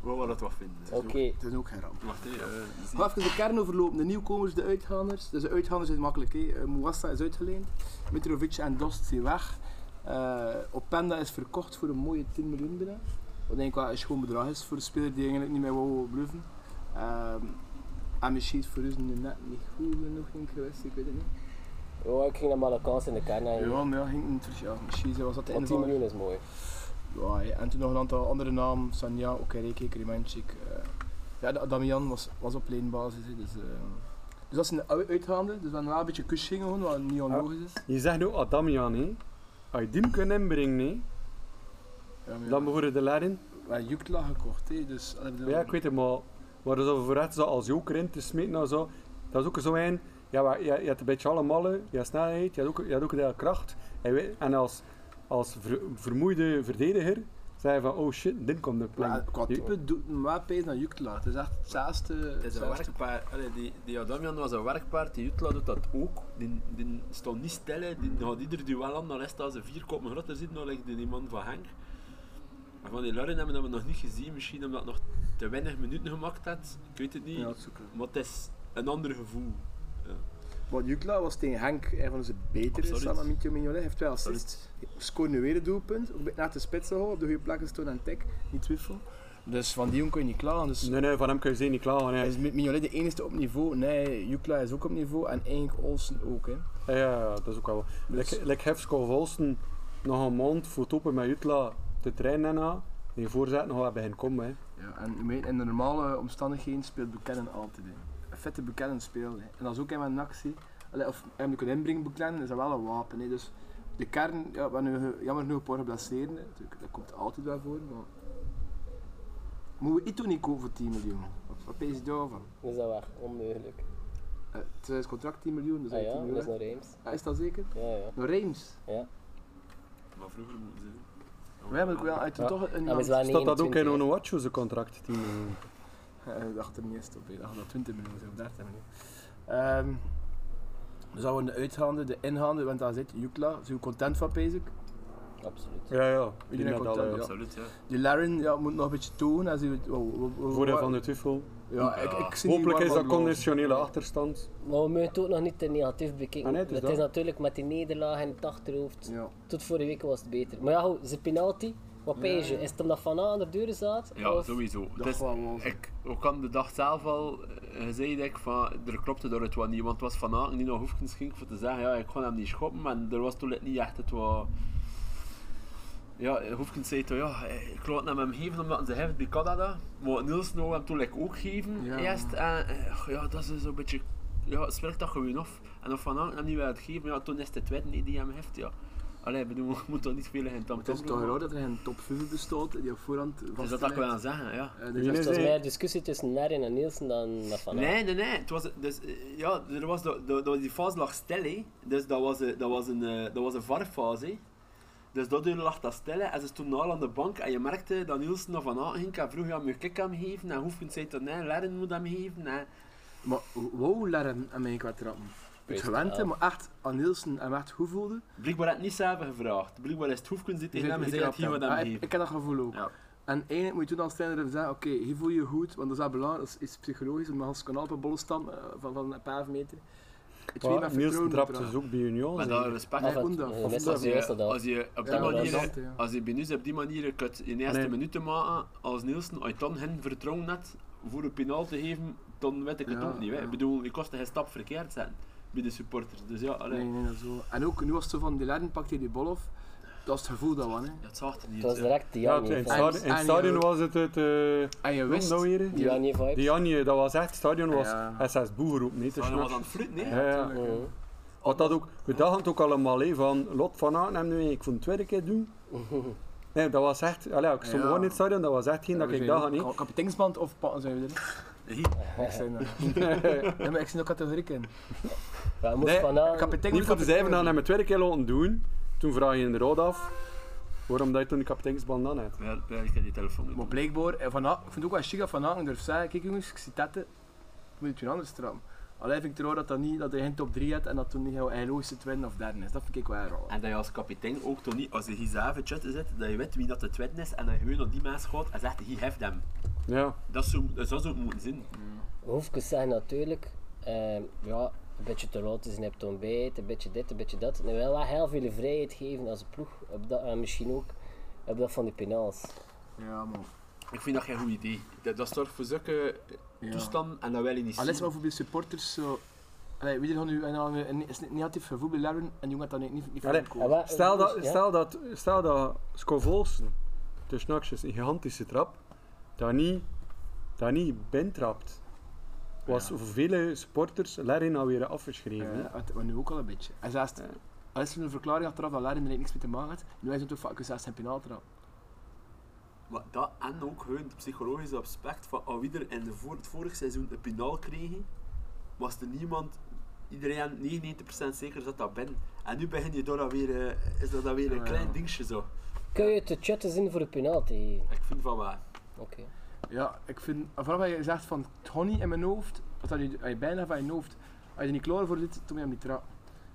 [SPEAKER 6] we willen het wat vinden.
[SPEAKER 3] Oké,
[SPEAKER 2] Het is ook geen ramp.
[SPEAKER 6] Wacht even. eh, zie-
[SPEAKER 2] Ga even de kern overlopen. De nieuwkomers, de uitgaanders. Dus de uitgaanders is makkelijk. Hè. Eh, Mouassa is uitgeleend. Mitrovic en Dost zijn weg. Eh, Openda is verkocht voor een mooie 10 miljoen binnen. Wat denk ik wel een schoon bedrag is voor een speler die eigenlijk niet meer wou bluffen. Ehm en misschien is het voor ons nu net niet goed genoeg ging geweest, ik weet het niet.
[SPEAKER 3] Ja, Oh, ik ging naar Malakans in de kern en
[SPEAKER 2] Ja, maar ja, ging het niet terug. Ja, misschien was dat de
[SPEAKER 3] want 10
[SPEAKER 2] invaller.
[SPEAKER 3] miljoen is mooi.
[SPEAKER 2] Ja, ja, en toen nog een aantal andere namen. Sanja, Okereke, Kremanchik. eh ja, da- Damian was, was op leenbasis. hè, Dus, eh, dus dat is een u- uitgaande. Dus we hebben wel een beetje kus gingen, gewoon, wat niet onlogisch is.
[SPEAKER 4] Je zegt nu Adamian, hè. Als je die kunt inbrengen, hè.
[SPEAKER 2] Ja, maar ja,
[SPEAKER 4] Dan behoren de Larin.
[SPEAKER 2] we hebben Jukla gekocht, hè, dus... allee, bedoel-
[SPEAKER 4] Ja, ik weet het, maar waar ze vooruit zo als joker in te smeten en zo, dat is ook zo een. Ja, maar je, je hebt een beetje alle mallen, je hebt snelheid, je hebt ook, je hebt ook een deel kracht. En, we- en als, als ver- vermoeide verdediger zei je van, oh shit, dit komt de
[SPEAKER 2] Maar
[SPEAKER 4] plan.
[SPEAKER 2] qua type doet me wel pees naar Jukla. Het is echt hetzelfde...
[SPEAKER 6] Het is een
[SPEAKER 2] hetzelfde-
[SPEAKER 6] werkpaard. Allee, die, die Adamian was een werkpaard, die Jutla doet dat ook. Die, die staat niet stil, hè. die gaat ieder duel aan, dan rest als ze vier koppen groter zitten, dan ligt die die man van Henk. Maar van die Lauren hebben we nog niet gezien, misschien omdat het nog te weinig minuten gemaakt had. Ik weet het niet,
[SPEAKER 2] Ja, dat is ook wel.
[SPEAKER 6] maar het is een ander gevoel.
[SPEAKER 2] Want Jukla was tegen Henk een van zijn betere
[SPEAKER 6] Absoluut.
[SPEAKER 2] samen met Mitje Mignolet. Hij heeft twee assists. Scoorde nu weer een doelpunt. Ook bij- na de spits gehouden, op de goede plek gestoord aan Tech. Niet twijfel. Dus van die jongen kun je niet klagen. Dus
[SPEAKER 4] Nee, nee, van hem kun je ze niet klagen.
[SPEAKER 2] Hij
[SPEAKER 4] hè.
[SPEAKER 2] is met Mignolet de enige op niveau. Nee, Jukla is ook op niveau. En eigenlijk Olsen ook. Hè.
[SPEAKER 4] Ja, ja, ja, dat is ook wel.
[SPEAKER 2] Dus-
[SPEAKER 4] Like, like Hefsko Volsten, nog een maand voor het open met Jutla te trainen en die voorzet nog wel bij hen komen. Hè.
[SPEAKER 2] Ja, en je weet, in de normale omstandigheden speelt Buchanan altijd. Hè. Een vette Buchanan speelt. hè. En dat is ook in mijn actie. Allee, of hem kunnen inbrengen, Buchanan, is dat wel een wapen. Hè. Dus de kern, ja, we hebben nu, ge- jammer genoeg een paar geblesseerden. hè. Natuurlijk, Dat komt altijd wel voor. Maar... Moeten we Ito niet kopen voor 10 miljoen? Wat- Wat is je daarvan?
[SPEAKER 3] Is dat waar? Onmogelijk.
[SPEAKER 2] Eh, Het is contract 10 miljoen, dus
[SPEAKER 3] Ah
[SPEAKER 2] hij
[SPEAKER 3] ja,
[SPEAKER 2] 10
[SPEAKER 3] dat is
[SPEAKER 2] miljoen.
[SPEAKER 3] naar Reims.
[SPEAKER 2] hè. Ah, is dat zeker?
[SPEAKER 3] Ja, ja.
[SPEAKER 2] Nog Reims.
[SPEAKER 6] Maar vroeger moeten ze...
[SPEAKER 2] We hebben ook wel uit
[SPEAKER 4] Ja.
[SPEAKER 2] toch een...
[SPEAKER 3] Dat is wel
[SPEAKER 4] Staat dat ook
[SPEAKER 3] 29,
[SPEAKER 4] in
[SPEAKER 3] hè.
[SPEAKER 4] Onowachu's contract? 10 miljoen?
[SPEAKER 2] Eh, Ik dacht er niet eens op, ik dacht dat 20 minuten zijn of 30 minuten. Ehm dus dat worden de uitgaande, de ingaande, want daar zit Jukla, zijn we content van Pezik.
[SPEAKER 3] Absoluut.
[SPEAKER 4] Ja, ja. Die
[SPEAKER 2] Iedereen
[SPEAKER 4] net al,
[SPEAKER 2] content,
[SPEAKER 4] ja.
[SPEAKER 2] ja.
[SPEAKER 6] Absoluut, ja.
[SPEAKER 2] Die Laren ja, moet nog een beetje tonen. Als hij, oh, oh, oh,
[SPEAKER 4] Voordeel van de twijfel.
[SPEAKER 2] Ja, ik, ik zie niet
[SPEAKER 4] Hopelijk
[SPEAKER 2] waar
[SPEAKER 4] is
[SPEAKER 2] van
[SPEAKER 4] dat
[SPEAKER 2] lopen.
[SPEAKER 4] conditionele achterstand.
[SPEAKER 3] Maar we moeten het ook nog niet te negatief bekijken.
[SPEAKER 4] Ah, nee,
[SPEAKER 3] het
[SPEAKER 4] het
[SPEAKER 3] is,
[SPEAKER 4] is dat.
[SPEAKER 3] natuurlijk met die nederlaag in het achterhoofd.
[SPEAKER 2] Ja.
[SPEAKER 3] Tot vorige week was het beter. Maar ja, goed, zijn penalty Wat pees je? Is het omdat Van aan de deur zat?
[SPEAKER 6] Ja,
[SPEAKER 3] of-
[SPEAKER 6] sowieso.
[SPEAKER 5] Dat
[SPEAKER 6] Dus
[SPEAKER 5] gewoon wel zo.
[SPEAKER 6] ik, ook aan de dag zelf al eh, gezegd dat ik van, er klopte door het wat niet, want het was vanavond niet nog hoefkens ging voor te zeggen, ja, ik kon hem niet schoppen, maar er was toen het niet echt het wat... Ja, Hoefkens zei toen, ja, eh, ik laat hem hem geven omdat ze heeft bij Canada, maar Niels nou hem toen like, ook geven,
[SPEAKER 2] Ja.
[SPEAKER 6] eerst, en eh, ja, dat is zo'n beetje, ja, het spreekt dat gewoon af. En of vanavond hem niet wil het geven, ja, toen is het het wet niet die hem heeft, ja. Allee, ik bedoel, [LAUGHS] je moet toch niet veel in tam
[SPEAKER 2] Het is toch raar dat er geen top 5 bestaat die op voorhand
[SPEAKER 6] Is
[SPEAKER 2] vastgelegd
[SPEAKER 6] dat dat ik wel aan zeggen, ja.
[SPEAKER 2] Eh,
[SPEAKER 4] Wie
[SPEAKER 2] dus dat
[SPEAKER 4] is
[SPEAKER 2] is
[SPEAKER 3] Het was
[SPEAKER 4] Nee.
[SPEAKER 3] meer een discussie tussen Nerin en Nielsen dan dat Van Aan.
[SPEAKER 6] Nee, nee, nee. Het was, dus, eh, ja, er was, dat- dat- dat die fase lag stil, hè. Dus dat was, eh, dat was een, eh, dat was een varfase, hè. Dus dat uur lag dat stil, hè. En ze stond al aan de bank en je merkte dat Nielsen naar Van Aken ging en vroeg, ja, moet ik hem geven? En Hoefkens zei toen, nee, Lerren moet hem geven. En...
[SPEAKER 2] Maar wou Larren aan mij kwaad trappen. Het
[SPEAKER 3] Weet
[SPEAKER 2] gewend, hè,
[SPEAKER 3] wel.
[SPEAKER 2] maar echt aan Nielsen en echt hoe voelde.
[SPEAKER 6] Blijkbaar had het niet zelf gevraagd. Blijkbaar is het Hoefkens die tegen hem
[SPEAKER 2] Ik- ik-
[SPEAKER 6] zei, dat hij
[SPEAKER 2] ik-
[SPEAKER 6] moet hem
[SPEAKER 2] ah, ik-
[SPEAKER 6] geven.
[SPEAKER 2] Ik heb dat gevoel ook.
[SPEAKER 6] Ja.
[SPEAKER 2] En eigenlijk moet je toen als trainer zeggen, oké, hier voel je je goed, want dat is wel belangrijk, dat is iets psychologisch, om als kanaal op een bolle stam eh, van, van een paar meter. Het
[SPEAKER 4] Maar Nielsen trapt
[SPEAKER 2] eraan.
[SPEAKER 4] dus ook bij Union.
[SPEAKER 6] Maar dat
[SPEAKER 4] zeker?
[SPEAKER 6] respect.
[SPEAKER 2] Nee,
[SPEAKER 3] Of
[SPEAKER 2] Koen
[SPEAKER 3] het,
[SPEAKER 2] dan.
[SPEAKER 3] eh,
[SPEAKER 2] Of
[SPEAKER 3] meestal
[SPEAKER 6] als,
[SPEAKER 3] is het
[SPEAKER 6] je,
[SPEAKER 3] dat.
[SPEAKER 6] als je op die
[SPEAKER 2] Ja,
[SPEAKER 3] dat
[SPEAKER 6] manier,
[SPEAKER 2] is het, ja.
[SPEAKER 6] als je bij Nuus op die manier kunt in de eerste
[SPEAKER 4] Nee.
[SPEAKER 6] minuut maken als Nielsen, als je dan hen vertrouwen net voor een penaal te geven, dan weet ik het
[SPEAKER 2] Ja,
[SPEAKER 6] ook niet. hè.
[SPEAKER 2] ja.
[SPEAKER 6] Ik bedoel, je kostte geen stap verkeerd zijn bij de supporters. Dus ja, allee.
[SPEAKER 2] Nee, nee, dat is zo. En ook, nu was het zo van, die Larren pakt hier die bol af, dat is het gevoel dat we hè.
[SPEAKER 6] Ja, het zag er niet
[SPEAKER 3] Het was
[SPEAKER 6] uit,
[SPEAKER 3] direct
[SPEAKER 4] Ja, het- in
[SPEAKER 3] Dianje.
[SPEAKER 4] het
[SPEAKER 3] vibe.
[SPEAKER 2] En-
[SPEAKER 4] stadion- in het
[SPEAKER 2] en
[SPEAKER 4] stadion
[SPEAKER 2] je-
[SPEAKER 4] was het het...
[SPEAKER 2] En
[SPEAKER 4] eh,
[SPEAKER 2] je
[SPEAKER 4] Hoe noemt
[SPEAKER 2] wist...
[SPEAKER 4] dat weer? hè?
[SPEAKER 3] Dianje vibes.
[SPEAKER 4] Die Anje, dat was echt het stadion, was
[SPEAKER 2] Ja.
[SPEAKER 4] SS Boegeroep, niet te
[SPEAKER 6] hè. Maar dat was
[SPEAKER 4] snel.
[SPEAKER 6] aan het fruit, nee?
[SPEAKER 4] Ja, ja.
[SPEAKER 2] tuurlijk,
[SPEAKER 3] Mhm.
[SPEAKER 4] Wat dat ook, we dachten ook allemaal hè, van Lot van Aanem nu, ik vond het tweede keer
[SPEAKER 2] [LAUGHS]
[SPEAKER 4] doen. Nee, dat was echt, allee, ik stond
[SPEAKER 2] Ja.
[SPEAKER 4] gewoon in het stadion, dat was echt geen dat ik dacht niet.
[SPEAKER 2] Ka- Kapiteinsband of patten zijn we er? hè? Ik zei dat.
[SPEAKER 4] [LAUGHS]
[SPEAKER 2] Nee, maar ik zie nog categoriek in.
[SPEAKER 3] Ja, hij moest
[SPEAKER 4] Nee,
[SPEAKER 3] Van Aan-
[SPEAKER 2] Kapitein
[SPEAKER 4] Niet voor de
[SPEAKER 2] kapitein
[SPEAKER 4] zeven aan
[SPEAKER 2] worden.
[SPEAKER 4] hem het tweede keer laten doen. Toen vraag je je inderdaad af waarom dat je toen de kapiteinsband aan hebt.
[SPEAKER 6] Ja, ja, ik heb die telefoon niet.
[SPEAKER 2] Maar blijkbaar, eh, van, Ha- ik vind het ook wel chic dat Van Hagen durft zeggen, kijk jongens, ik zie tetten, moet je het weer anders trappen. Alleen vind ik het raar dat, dat, niet, dat hij geen top 3 had en dat toen niet jouw logische tweede of derde is. Dat vind ik wel raar.
[SPEAKER 6] En dat je als kapitein ook toch niet, als je hier zelf in chat zit, dat je weet wie dat de tweede is en dat je gewoon op die mens gaat en zegt, he heeft hem.
[SPEAKER 4] Ja,
[SPEAKER 6] Dat zou, dat zou het moeten zijn.
[SPEAKER 3] Hoefkens zeggen natuurlijk, ehm, ja, een beetje te laat is hebt ontbijt, een beetje dit, een beetje dat. En wel wel heel veel vrijheid geven als ploeg, op dat, en misschien ook op dat van die penals.
[SPEAKER 2] Ja man.
[SPEAKER 6] Ik vind dat geen goed idee. Dat, dat zorgt voor zulke toestanden en dat wil je niet
[SPEAKER 2] Alles
[SPEAKER 6] zien.
[SPEAKER 2] maar voor de supporters zo... Allee, wie er van u en dan weer een- is het negatief gevoel bij Larren en jongen dat niet, niet, niet
[SPEAKER 4] Allee,
[SPEAKER 2] van komen.
[SPEAKER 3] En wat-
[SPEAKER 4] stel dat,
[SPEAKER 3] ja?
[SPEAKER 4] stel dat, stel dat Scovolsen, tussen haakjes, een gigantische trap, dat niet, dat niet binnentrapt. Was voor vele supporters Lerin alweer afgeschreven. hè.
[SPEAKER 2] Ja, Eh, wat- wat nu ook al een beetje. En zelfs,
[SPEAKER 4] Ja.
[SPEAKER 2] als er een verklaring achteraf dat Larren er eigenlijk niks mee te maken had, nu is het ook vaak zelfs zijn penalty trap.
[SPEAKER 6] Maar dat en ook hun psychologische aspect van al wie er in de voor, het vorig seizoen een penaal kreeg, was er niemand, iedereen 99% zeker dat dat ben. En nu begin je door dat weer, eh, is dat, dat weer een
[SPEAKER 2] Ah, Ja.
[SPEAKER 6] klein dingetje zo.
[SPEAKER 3] Kun je te chatten zien voor een penalty? geven?
[SPEAKER 6] Ik vind van waar.
[SPEAKER 3] Oké.
[SPEAKER 2] Ja, ik vind, vooral wat je zegt van het honey in mijn hoofd, wat dat je, als je bijna van je hoofd, als je niet klaar voor dit, toen moet je hem niet trappen.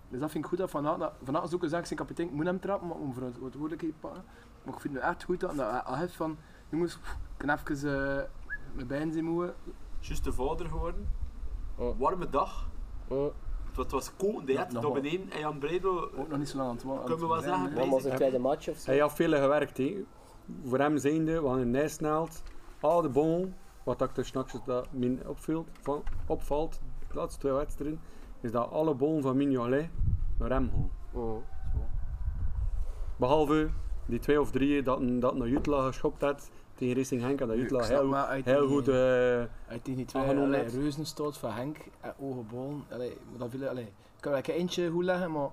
[SPEAKER 2] Dus dat vind ik goed dat vanavond, vanavond zoeken zegt zijn kapitein, ik moet hem trappen, maar om verantwoordelijkheid te pakken. Maar ik vind het echt goed dat hij dat hij heeft van, jongens, pff, ik kan even eh, mijn bijen zien moe.
[SPEAKER 6] Juist de vader geworden,
[SPEAKER 3] Oh.
[SPEAKER 6] warme dag.
[SPEAKER 3] Mm.
[SPEAKER 6] Het was koud, die had
[SPEAKER 2] Oh. nog
[SPEAKER 6] door
[SPEAKER 2] wel. Oh,
[SPEAKER 6] beneden en Jan Breidel.
[SPEAKER 2] Ook nog niet zo lang aan het wa- aan
[SPEAKER 6] Kunnen
[SPEAKER 2] het
[SPEAKER 6] we wel
[SPEAKER 2] breien,
[SPEAKER 6] zeggen,
[SPEAKER 2] hè.
[SPEAKER 3] Dan was het
[SPEAKER 4] Heb-
[SPEAKER 3] tweede match of zo.
[SPEAKER 4] Hij had veel gewerkt, hè. Voor hem zijnde, want een nijsnaald, oude bongel, wat ik er s'nachts dat min opvult, van, opvalt, de laatste twee wedstrijden, is dat alle bollen van Mignolet naar hem gaan.
[SPEAKER 2] Oh.
[SPEAKER 4] Behalve die twee of drie dat, een- dat naar Jutla geschopt had, tegen Racing Henk, en dat
[SPEAKER 2] Ik
[SPEAKER 4] Jutla
[SPEAKER 2] snap
[SPEAKER 4] heel,
[SPEAKER 2] wel uit
[SPEAKER 4] heel
[SPEAKER 2] die-
[SPEAKER 4] goed... eh,
[SPEAKER 2] Uit tegen die twee
[SPEAKER 4] Ah, genomen
[SPEAKER 2] allee,
[SPEAKER 4] net.
[SPEAKER 2] reuzenstoot van Henk en Ogenbollen. Allee, maar dat viel, allee, ik kan wel een eentje goed leggen, maar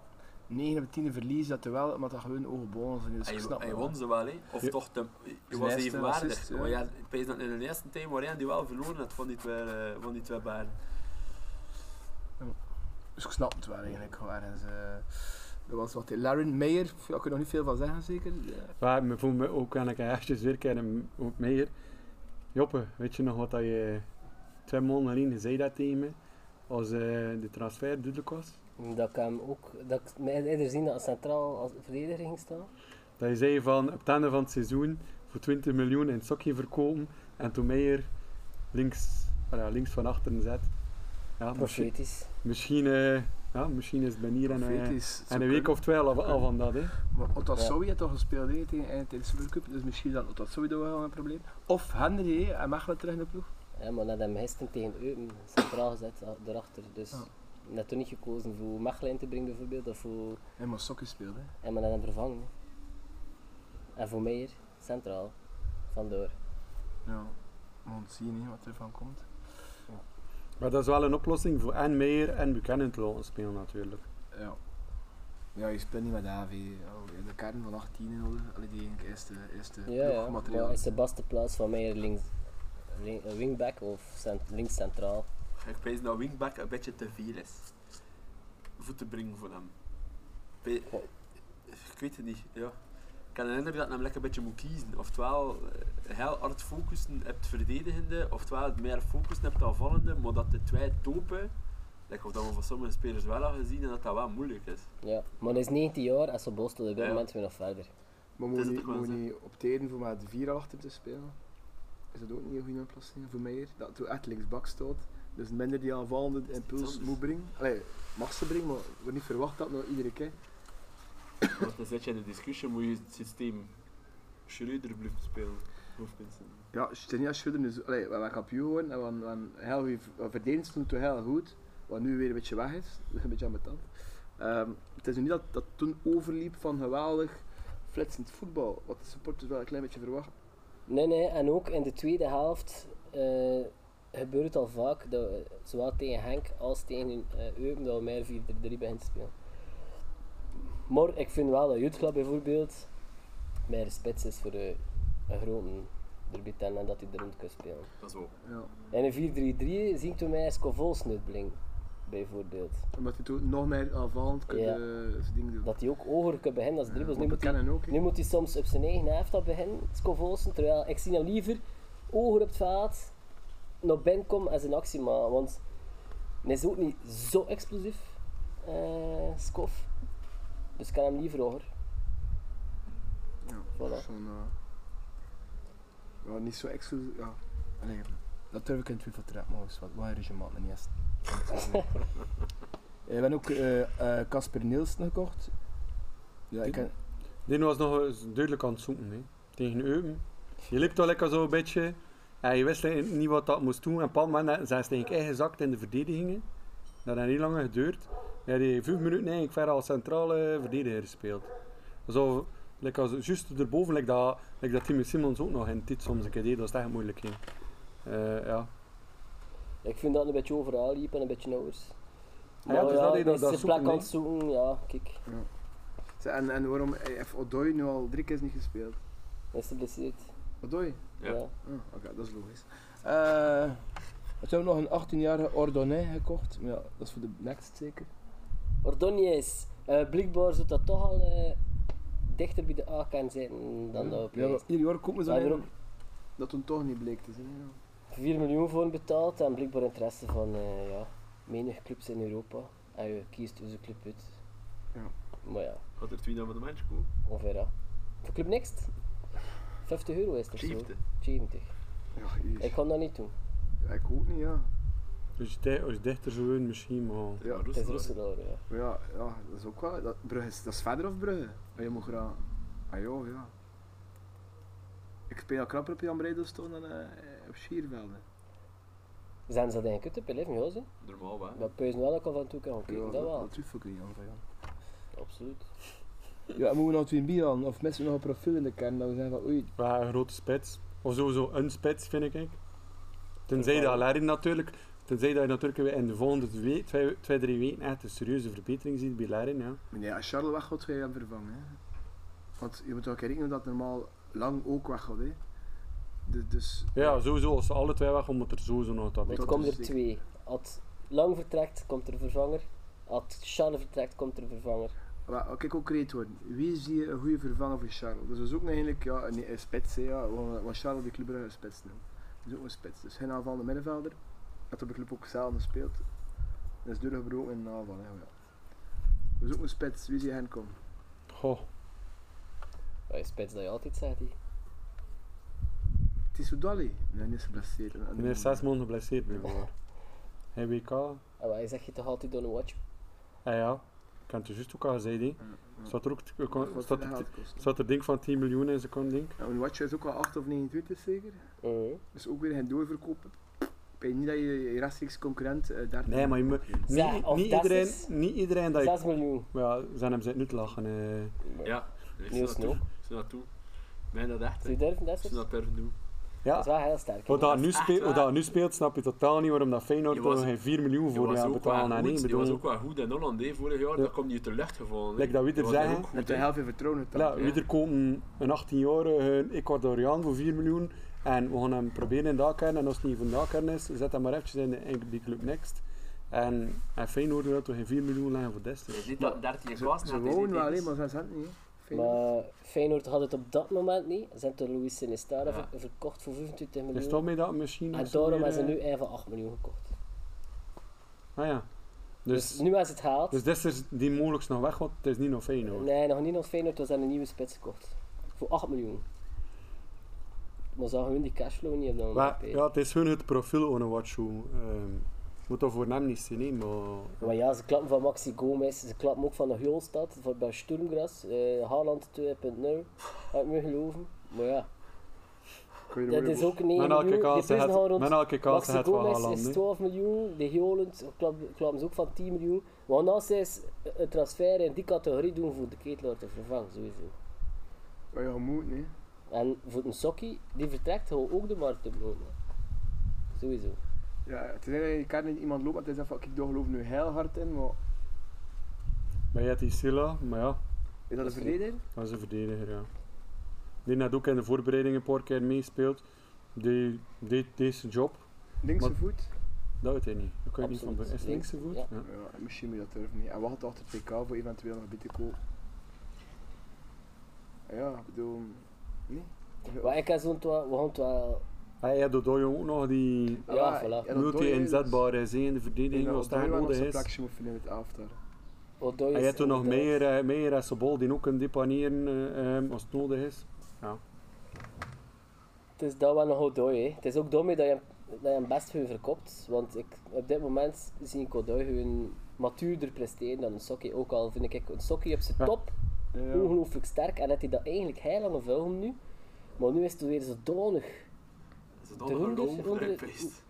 [SPEAKER 2] 9 op 10 verlies dat er wel, maar dat gewoon Ogenbollen zijn. Dus
[SPEAKER 6] Hij,
[SPEAKER 2] ik snap
[SPEAKER 6] hij
[SPEAKER 2] dat
[SPEAKER 6] won
[SPEAKER 2] wel.
[SPEAKER 6] ze wel, hè? Of
[SPEAKER 4] Ja.
[SPEAKER 6] toch, te, je
[SPEAKER 2] Zijn
[SPEAKER 6] was
[SPEAKER 2] eerste
[SPEAKER 6] evenwaardig.
[SPEAKER 2] assist, ja.
[SPEAKER 6] Maar ja, ik weet dat in de eerste tijd waarin die wel verloren had van die twee, eh, van die twee baren.
[SPEAKER 2] Dus ik snap het wel eigenlijk. Waar is, eh, dat was wat. Larren Meyer, daar kun je nog niet veel van zeggen zeker. Ja.
[SPEAKER 4] Maar me voel me ook aan een echt weer kennen op meer. Joppe, weet je nog wat dat je twee maanden geleden zei dat tegen me? Als eh, de transfer duidelijk was.
[SPEAKER 3] Dat ik hem ook, dat ik mij eerder zien dat hij centraal als verdediger ging staan.
[SPEAKER 4] Dat je zei van op het einde van het seizoen voor 20 miljoen in het sokje verkopen. En toen Meijer links, ah ja, links van achteren zet. Ja, misschien,
[SPEAKER 3] Profetisch.
[SPEAKER 4] misschien eh, Ja, misschien is het ben hier en, eh,
[SPEAKER 2] Weet is, het
[SPEAKER 4] en
[SPEAKER 2] zou
[SPEAKER 4] een week
[SPEAKER 2] kunnen.
[SPEAKER 4] of twee al, al van dat. Hè.
[SPEAKER 2] Maar Otasowi had toch gespeeld hè, tegen eind tijdens de Supercup, dus misschien is dat Otasowi toch wel een probleem. Of Henry, hè, hij mag wel terug in de ploeg.
[SPEAKER 3] Ja, maar dat hem gisteren tegen Eupen centraal gezet a- daarachter. Dus
[SPEAKER 2] Ja.
[SPEAKER 3] net toen niet gekozen voor Mechelen te brengen bijvoorbeeld. Of voor...
[SPEAKER 2] En maar sokken speelde. hè.
[SPEAKER 3] En maar dat hem vervangen. hè. En voor Meijer, centraal. Vandoor.
[SPEAKER 2] Ja, we gaan zien hè, wat er van komt.
[SPEAKER 4] Maar dat is wel een oplossing voor en Meijer en Buchanan te laten spelen natuurlijk.
[SPEAKER 2] Ja. Ja, je speelt niet met AV. Oh, de kern van 18 nodig. Allee, die eigenlijk eerste, eerste
[SPEAKER 3] Ja, ja.
[SPEAKER 2] ploegmateriaal.
[SPEAKER 3] Maar is de beste plaats van Meijer links, ring- eh, wingback of cent- links centraal?
[SPEAKER 5] Ik pees dat wingback een beetje te veel is. Voor te brengen voor hem. Pe- Ik weet het niet, ja. Ik kan herinneren dat hij hem lekker een beetje moet kiezen. Oftewel eh, heel hard focussen op het verdedigende, oftewel het meer focussen op het aanvallende, maar dat de twee topen, like of dat we van sommige spelers wel al gezien en dat dat wel moeilijk is.
[SPEAKER 3] Ja. Maar hij is 19 jaar en ze borstelen op dit
[SPEAKER 5] Ja.
[SPEAKER 3] moment weer nog verder.
[SPEAKER 2] Maar
[SPEAKER 5] Het
[SPEAKER 2] moet
[SPEAKER 5] is
[SPEAKER 2] je
[SPEAKER 5] ook wel
[SPEAKER 2] moet je
[SPEAKER 5] zo.
[SPEAKER 2] niet opteren voor maar de vier achter te spelen? Is dat ook niet een goede oplossing voor mij? Dat toen echt linksbak staat, dus minder die aanvallende
[SPEAKER 5] iets
[SPEAKER 2] impuls
[SPEAKER 5] anders.
[SPEAKER 2] moet brengen. Allee, mag ze brengen, maar wordt niet verwacht dat nog iedere keer.
[SPEAKER 5] Want dan zit je in de discussie, moet je het systeem Schreuder blijven spelen. Hoofdpinsen.
[SPEAKER 2] Ja, Stenia Schudder, dus, allee, we hebben kampioen geworden en we hebben- we hebben heel goeie v- we verdedigend stond toen heel goed, wat nu weer een beetje weg is, [LAUGHS] een beetje ambetant. Ehm het is nu niet dat dat toen overliep van geweldig flitsend voetbal, wat de supporters wel een klein beetje verwachten.
[SPEAKER 3] Nee, nee, en ook in de tweede helft eh, gebeurt het al vaak, dat we, zowel tegen Henk als tegen eh Eupen, dat we meer 4-3-3 beginnen te spelen. Maar ik vind wel dat Jutla bijvoorbeeld meer spits is voor de, een grote debutant en dat hij er rond kan spelen.
[SPEAKER 5] Dat is ook.
[SPEAKER 2] Ja.
[SPEAKER 3] En in 4-3-3 zien we mij Scovols niet blinken, bijvoorbeeld.
[SPEAKER 2] Omdat hij toen nog meer aanvallend kan
[SPEAKER 3] Ja.
[SPEAKER 2] zijn ding doen.
[SPEAKER 3] Dat hij ook hoger kan beginnen als dribbles. nu,
[SPEAKER 2] Want
[SPEAKER 3] moet
[SPEAKER 2] dat
[SPEAKER 3] hij,
[SPEAKER 2] kennen ook, hè.
[SPEAKER 3] nu moet hij soms op zijn eigen helft al beginnen, Scovolsen. Terwijl ik zie hem liever hoger op het veld naar binnen komen en zijn actie maken. Want hij is ook niet zo explosief, eh Scof. Dus ik kan hem liever hoger.
[SPEAKER 2] Ja,
[SPEAKER 3] Voilà.
[SPEAKER 2] dat is zo'n, eh, ja, niet zo exclusief. Ja. Allee, dat durf ik in twijfel te raken, maar is wat wat een regiment niet eerst. We hebben ook eh, eh, Casper Nielsen gekocht. Ja, ik ken,
[SPEAKER 4] Dit was nog eens duidelijk aan het zoeken hè. tegen Eupen. Je liep toch lekker zo een beetje en je wist eigenlijk niet wat dat moest doen. En op een moment zijn ze eigenlijk ingezakt in de verdedigingen. Dat heeft niet lang geduurd. Hij heeft vijf minuten eigenlijk ver als centrale verdediger gespeeld. Zo, like als, juist erboven, like dat, like dat Timmy Simons ook nog in dit soms een keer deed, dat was echt moeilijk ging. Eh, ja.
[SPEAKER 3] Ik vind dat hij een beetje overal liep en een beetje ouders.
[SPEAKER 4] Ah ja, dus dat hij
[SPEAKER 3] hij
[SPEAKER 4] dat-
[SPEAKER 3] is
[SPEAKER 4] dat
[SPEAKER 3] zijn
[SPEAKER 4] zoeken,
[SPEAKER 3] plek aan het
[SPEAKER 4] hè.
[SPEAKER 3] zoeken, ja, kijk.
[SPEAKER 2] Zeg, en, en waarom eh, heeft Odoi nu al drie keer niet gespeeld?
[SPEAKER 3] Hij is geblesseerd.
[SPEAKER 2] Odoi?
[SPEAKER 5] Ja.
[SPEAKER 3] Ja.
[SPEAKER 2] Ah, Oké, dat is logisch. Eh we hebben nog een 18-jarige Ordonnet gekocht. Ja, dat is voor de next zeker.
[SPEAKER 3] Ordonez, eh blijkbaar zou dat toch al eh, dichter bij de A kan zitten dan dat op
[SPEAKER 2] ja, maar ieder jaar komt me zo
[SPEAKER 3] Maar
[SPEAKER 2] een,
[SPEAKER 3] waarom?
[SPEAKER 2] dat toen toch niet bleek te zijn. ja.
[SPEAKER 3] 4 miljoen voor betaald en blijkbaar interesse van eh, ja, menig clubs in Europa. En je kiest dus een club uit.
[SPEAKER 2] Ja.
[SPEAKER 3] Maar ja,
[SPEAKER 5] Had er twee naar de match komen?
[SPEAKER 3] ongeveer dat. Voor Club Next? 50 euro is dat zo?
[SPEAKER 5] 70.
[SPEAKER 3] 70.
[SPEAKER 2] Ja, hier.
[SPEAKER 3] Ik kan dat niet doen.
[SPEAKER 2] Ja, ik ook niet, ja.
[SPEAKER 4] Dus jij als dichter zo winnen misschien, maar...
[SPEAKER 2] Ja.
[SPEAKER 3] Het is
[SPEAKER 5] Roeselaar.
[SPEAKER 3] Roeselaar, ja.
[SPEAKER 2] Maar Ja, ja, dat is ook wel. Dat, Brugge is, dat is verder of Brugge? Ah, je mag graag. Ah joh, ja. Ik speel al krapper op Jan Breidelston dan eh, op Schiervelden.
[SPEAKER 3] Zijn ze dat eigenlijk uit op 11 jaar? ze?
[SPEAKER 5] Normaal wel.
[SPEAKER 3] Dat Puizen wel ook al van toe kan gaan kijken,
[SPEAKER 2] Ja,
[SPEAKER 3] dat wel.
[SPEAKER 2] Dat hoef ik niet aan van Jan.
[SPEAKER 3] Absoluut.
[SPEAKER 2] Ja, moeten we nog twee bier aan? Of missen we nog een profiel in de kern? Dat we zeggen van oei.
[SPEAKER 4] Ja, een grote spits. Of sowieso een spits, vind ik. Tenzij dat Larin natuurlijk... Tenzij dat je natuurlijk weer in de volgende twee, twee, twee, drie weken echt een serieuze verbetering ziet bij Larin, ja.
[SPEAKER 2] Meneer, als Charles weggaat, ga je hem vervangen. Hè? Want je moet ook rekenen dat normaal lang ook weggaat. Hè? Dus, dus
[SPEAKER 4] Ja, sowieso. Als ze alle twee weggaan, moet er sowieso nog wat
[SPEAKER 3] Er
[SPEAKER 4] bij.
[SPEAKER 2] Dat
[SPEAKER 3] komen
[SPEAKER 2] is dus ziek.
[SPEAKER 3] er twee. Als Lang vertrekt, komt er een vervanger. Als Charles vertrekt, komt er een vervanger.
[SPEAKER 2] Maar kijk, concreet worden. Wie zie je een goede vervanger voor Charles? Dus we zoeken eigenlijk ja, een, een spits. hè, Ja. We gaan- we gaan Charles de club een spits noemt. We zoeken een spits. Dus geen aanvallende middenvelder. Dat op de club ook zelden speelt. Dat is doorgebroken in de aanval. Hè, ja. We zoeken een spits. Wie zie je hen komen?
[SPEAKER 4] Goh.
[SPEAKER 3] Ja, je spits dat je altijd zegt. hè.
[SPEAKER 2] Tissou Dolly? Nee, niet geblesseerd. Een- een-
[SPEAKER 4] Meneer zes maanden geblesseerd, bijvoorbeeld. In WK.
[SPEAKER 3] Ah, En wij zeg je toch altijd don't watch.
[SPEAKER 4] Ah ja, ik heb het er juist ook al gezegd. hè. Staat er ook, eh, kon-
[SPEAKER 2] Wat
[SPEAKER 4] staat
[SPEAKER 2] de
[SPEAKER 4] er,
[SPEAKER 2] geld kost.
[SPEAKER 4] staat er ding van 10 miljoen in seconde ding?
[SPEAKER 2] Ja, Een watch is ook wel 8 of 29 zeker.
[SPEAKER 4] Oh.
[SPEAKER 2] Dus ook weer geen doorverkopen. Ik weet niet dat je je rechtstreeks concurrent eh, daar...
[SPEAKER 4] Nee, maar je moet-
[SPEAKER 3] Zeg,
[SPEAKER 4] niet,
[SPEAKER 3] of
[SPEAKER 4] niet,
[SPEAKER 3] dat
[SPEAKER 4] iedereen,
[SPEAKER 3] is-
[SPEAKER 4] niet iedereen dat je...
[SPEAKER 3] 6 miljoen.
[SPEAKER 4] Ja, ze hebben ze nu te lachen. eh.
[SPEAKER 6] Ja, ik
[SPEAKER 3] Niels
[SPEAKER 6] zie dat toe. Ik zie dat toe. Mij dat echt. hè.
[SPEAKER 3] Zou je
[SPEAKER 6] Ik
[SPEAKER 3] durven, dat is?
[SPEAKER 6] zie
[SPEAKER 3] Dat
[SPEAKER 6] dat durven doen.
[SPEAKER 3] is
[SPEAKER 4] Ja,
[SPEAKER 3] wel heel sterk.
[SPEAKER 4] wat dat, nu
[SPEAKER 6] echt
[SPEAKER 4] speelt, wat
[SPEAKER 6] waar.
[SPEAKER 4] dat nu speelt, snap je totaal niet waarom dat Feyenoord
[SPEAKER 6] Je
[SPEAKER 4] daar
[SPEAKER 6] was-
[SPEAKER 4] nog geen 4 miljoen
[SPEAKER 6] Die
[SPEAKER 4] voor
[SPEAKER 6] was,
[SPEAKER 4] gaat
[SPEAKER 6] ook wel
[SPEAKER 4] betalen. hè, nee,
[SPEAKER 6] goed, die was
[SPEAKER 4] bedoel,
[SPEAKER 6] ook wel goed in Holland hè. vorig jaar, dat kwam niet uit de lucht gevallen. hè.
[SPEAKER 4] Like dat we er
[SPEAKER 6] Die was daar
[SPEAKER 4] zeggen.
[SPEAKER 6] ook goed
[SPEAKER 2] Met de
[SPEAKER 6] in.
[SPEAKER 2] helft in vertrouwen het
[SPEAKER 4] ja, wie er komt een- een 18-jarige Ecuadoriaan voor 4 miljoen en we gaan hem proberen in Dakar en als het niet van Dakar is, zet hem maar eventjes in de, in die club next. En, en Feyenoord wil toch geen 4 miljoen leggen voor
[SPEAKER 6] Het is
[SPEAKER 4] Destiny.
[SPEAKER 6] niet dat 13
[SPEAKER 2] Ze,
[SPEAKER 6] kwasten
[SPEAKER 2] ze wonen wel, hè, maar ze zijn niet. hè. Veel.
[SPEAKER 3] Maar Feyenoord had het op dat moment niet. Ze hebben door Luis Sinisterra
[SPEAKER 6] Ja.
[SPEAKER 3] ver- verkocht voor 25
[SPEAKER 4] Is
[SPEAKER 3] miljoen.
[SPEAKER 4] dat mee dat misschien...
[SPEAKER 3] En
[SPEAKER 4] is dat
[SPEAKER 3] daarom
[SPEAKER 4] weer,
[SPEAKER 3] hebben ze
[SPEAKER 4] eh,
[SPEAKER 3] nu even 8 miljoen gekocht.
[SPEAKER 4] Ah ja.
[SPEAKER 3] Dus,
[SPEAKER 4] Dus,
[SPEAKER 3] nu is het gehaald.
[SPEAKER 4] dus Destiny die mogelijk nog weg, want het is niet nog Feyenoord.
[SPEAKER 3] Nee, nog niet nog Feyenoord was aan een nieuwe spits gekocht. Voor 8 miljoen. Maar ze hadden gewoon die cashflow niet op dat moment.
[SPEAKER 4] Maar,
[SPEAKER 3] hè.
[SPEAKER 4] ja, het is hun het profiel on een watchshoe. Ehm, moet dat voor hem niet zien, hè, maar...
[SPEAKER 3] Maar ja, ze klappen van Maxi Gomez, ze klappen ook van de Hulstad, voor bij Sturmgras, eh Haaland 2.0, uit mijn geloven. Maar ja,
[SPEAKER 2] Kun je er
[SPEAKER 3] dat
[SPEAKER 2] moeilijk
[SPEAKER 3] is ook een 1
[SPEAKER 4] Met
[SPEAKER 3] miljoen,
[SPEAKER 4] elke
[SPEAKER 3] die
[SPEAKER 4] kans
[SPEAKER 3] prijzen gaan
[SPEAKER 4] had-
[SPEAKER 3] rond.
[SPEAKER 4] met elke kans
[SPEAKER 3] Maxi
[SPEAKER 4] had wel
[SPEAKER 3] Gomez is
[SPEAKER 4] Haaland. hè.
[SPEAKER 3] 12 miljoen, de Holland klappen klappen ze dus ook van 10 miljoen. Maar naast is een transfer in die categorie doen voor de ketelaar te vervangen, sowieso.
[SPEAKER 2] over. Ja, je moet, hè.
[SPEAKER 3] En voor een sokkie, die vertrekt, gaan we ook de markt opnemen. Sowieso.
[SPEAKER 2] Ja, het is eigenlijk, je kan niet iemand lopen en zegt van, kijk, daar geloof ik nu heel hard in, maar
[SPEAKER 4] Maar je hebt die Silla, maar ja,
[SPEAKER 2] is dat een
[SPEAKER 3] is
[SPEAKER 2] verdediger?
[SPEAKER 4] dat is een verdediger, ja. Die net ook in de voorbereiding een paar keer meespeelt. Die deed deze job.
[SPEAKER 2] Linkse
[SPEAKER 4] Maar-
[SPEAKER 2] voet?
[SPEAKER 4] Dat weet hij niet. Dat kan je niet van
[SPEAKER 3] Absoluut.
[SPEAKER 4] be- Is het
[SPEAKER 3] Links,
[SPEAKER 4] linkse voet?
[SPEAKER 3] ja.
[SPEAKER 4] Ja.
[SPEAKER 2] Ja, misschien moet je dat durven niet. En wacht achter het PK voor eventueel nog beter kopen. Ah Ja, ik bedoel... Nee.
[SPEAKER 3] Maar ik heb zo'n twa- we gaan het wel...
[SPEAKER 4] Hij had door jong ook nog die
[SPEAKER 3] Ja, voilà.
[SPEAKER 2] dat doe je, dus-
[SPEAKER 4] multi-inzetbare is hè, in de
[SPEAKER 2] Ik denk
[SPEAKER 4] verdediging
[SPEAKER 2] dat
[SPEAKER 4] als
[SPEAKER 2] Odoi
[SPEAKER 4] dat
[SPEAKER 2] wel nog
[SPEAKER 4] nodig
[SPEAKER 2] zijn
[SPEAKER 4] is.
[SPEAKER 2] plekje moet vinden met de aftar.
[SPEAKER 3] Odoi
[SPEAKER 4] Hij
[SPEAKER 3] is
[SPEAKER 4] heeft toen nog
[SPEAKER 3] inderdaad-
[SPEAKER 4] meer, eh, meer en Sobol die ook kunnen depaneren eh, eh, als het nodig is.
[SPEAKER 3] Het is dat wel nog Odoi, hè. Het is ook dom hè, dat je, hem- dat je hem best veel verkoopt. Want ik, op dit moment zie ik Odoi gewoon matuurder presteren dan een sokkie. Ook al vind ik een sokkie op zijn
[SPEAKER 4] Ja.
[SPEAKER 3] top ongelooflijk sterk. En dat hij dat eigenlijk heel lang film nu. Maar nu is het weer zodanig.
[SPEAKER 6] Ze
[SPEAKER 3] De
[SPEAKER 6] hadden
[SPEAKER 3] hoenders,
[SPEAKER 6] geloof
[SPEAKER 3] hoenders-
[SPEAKER 6] geweest.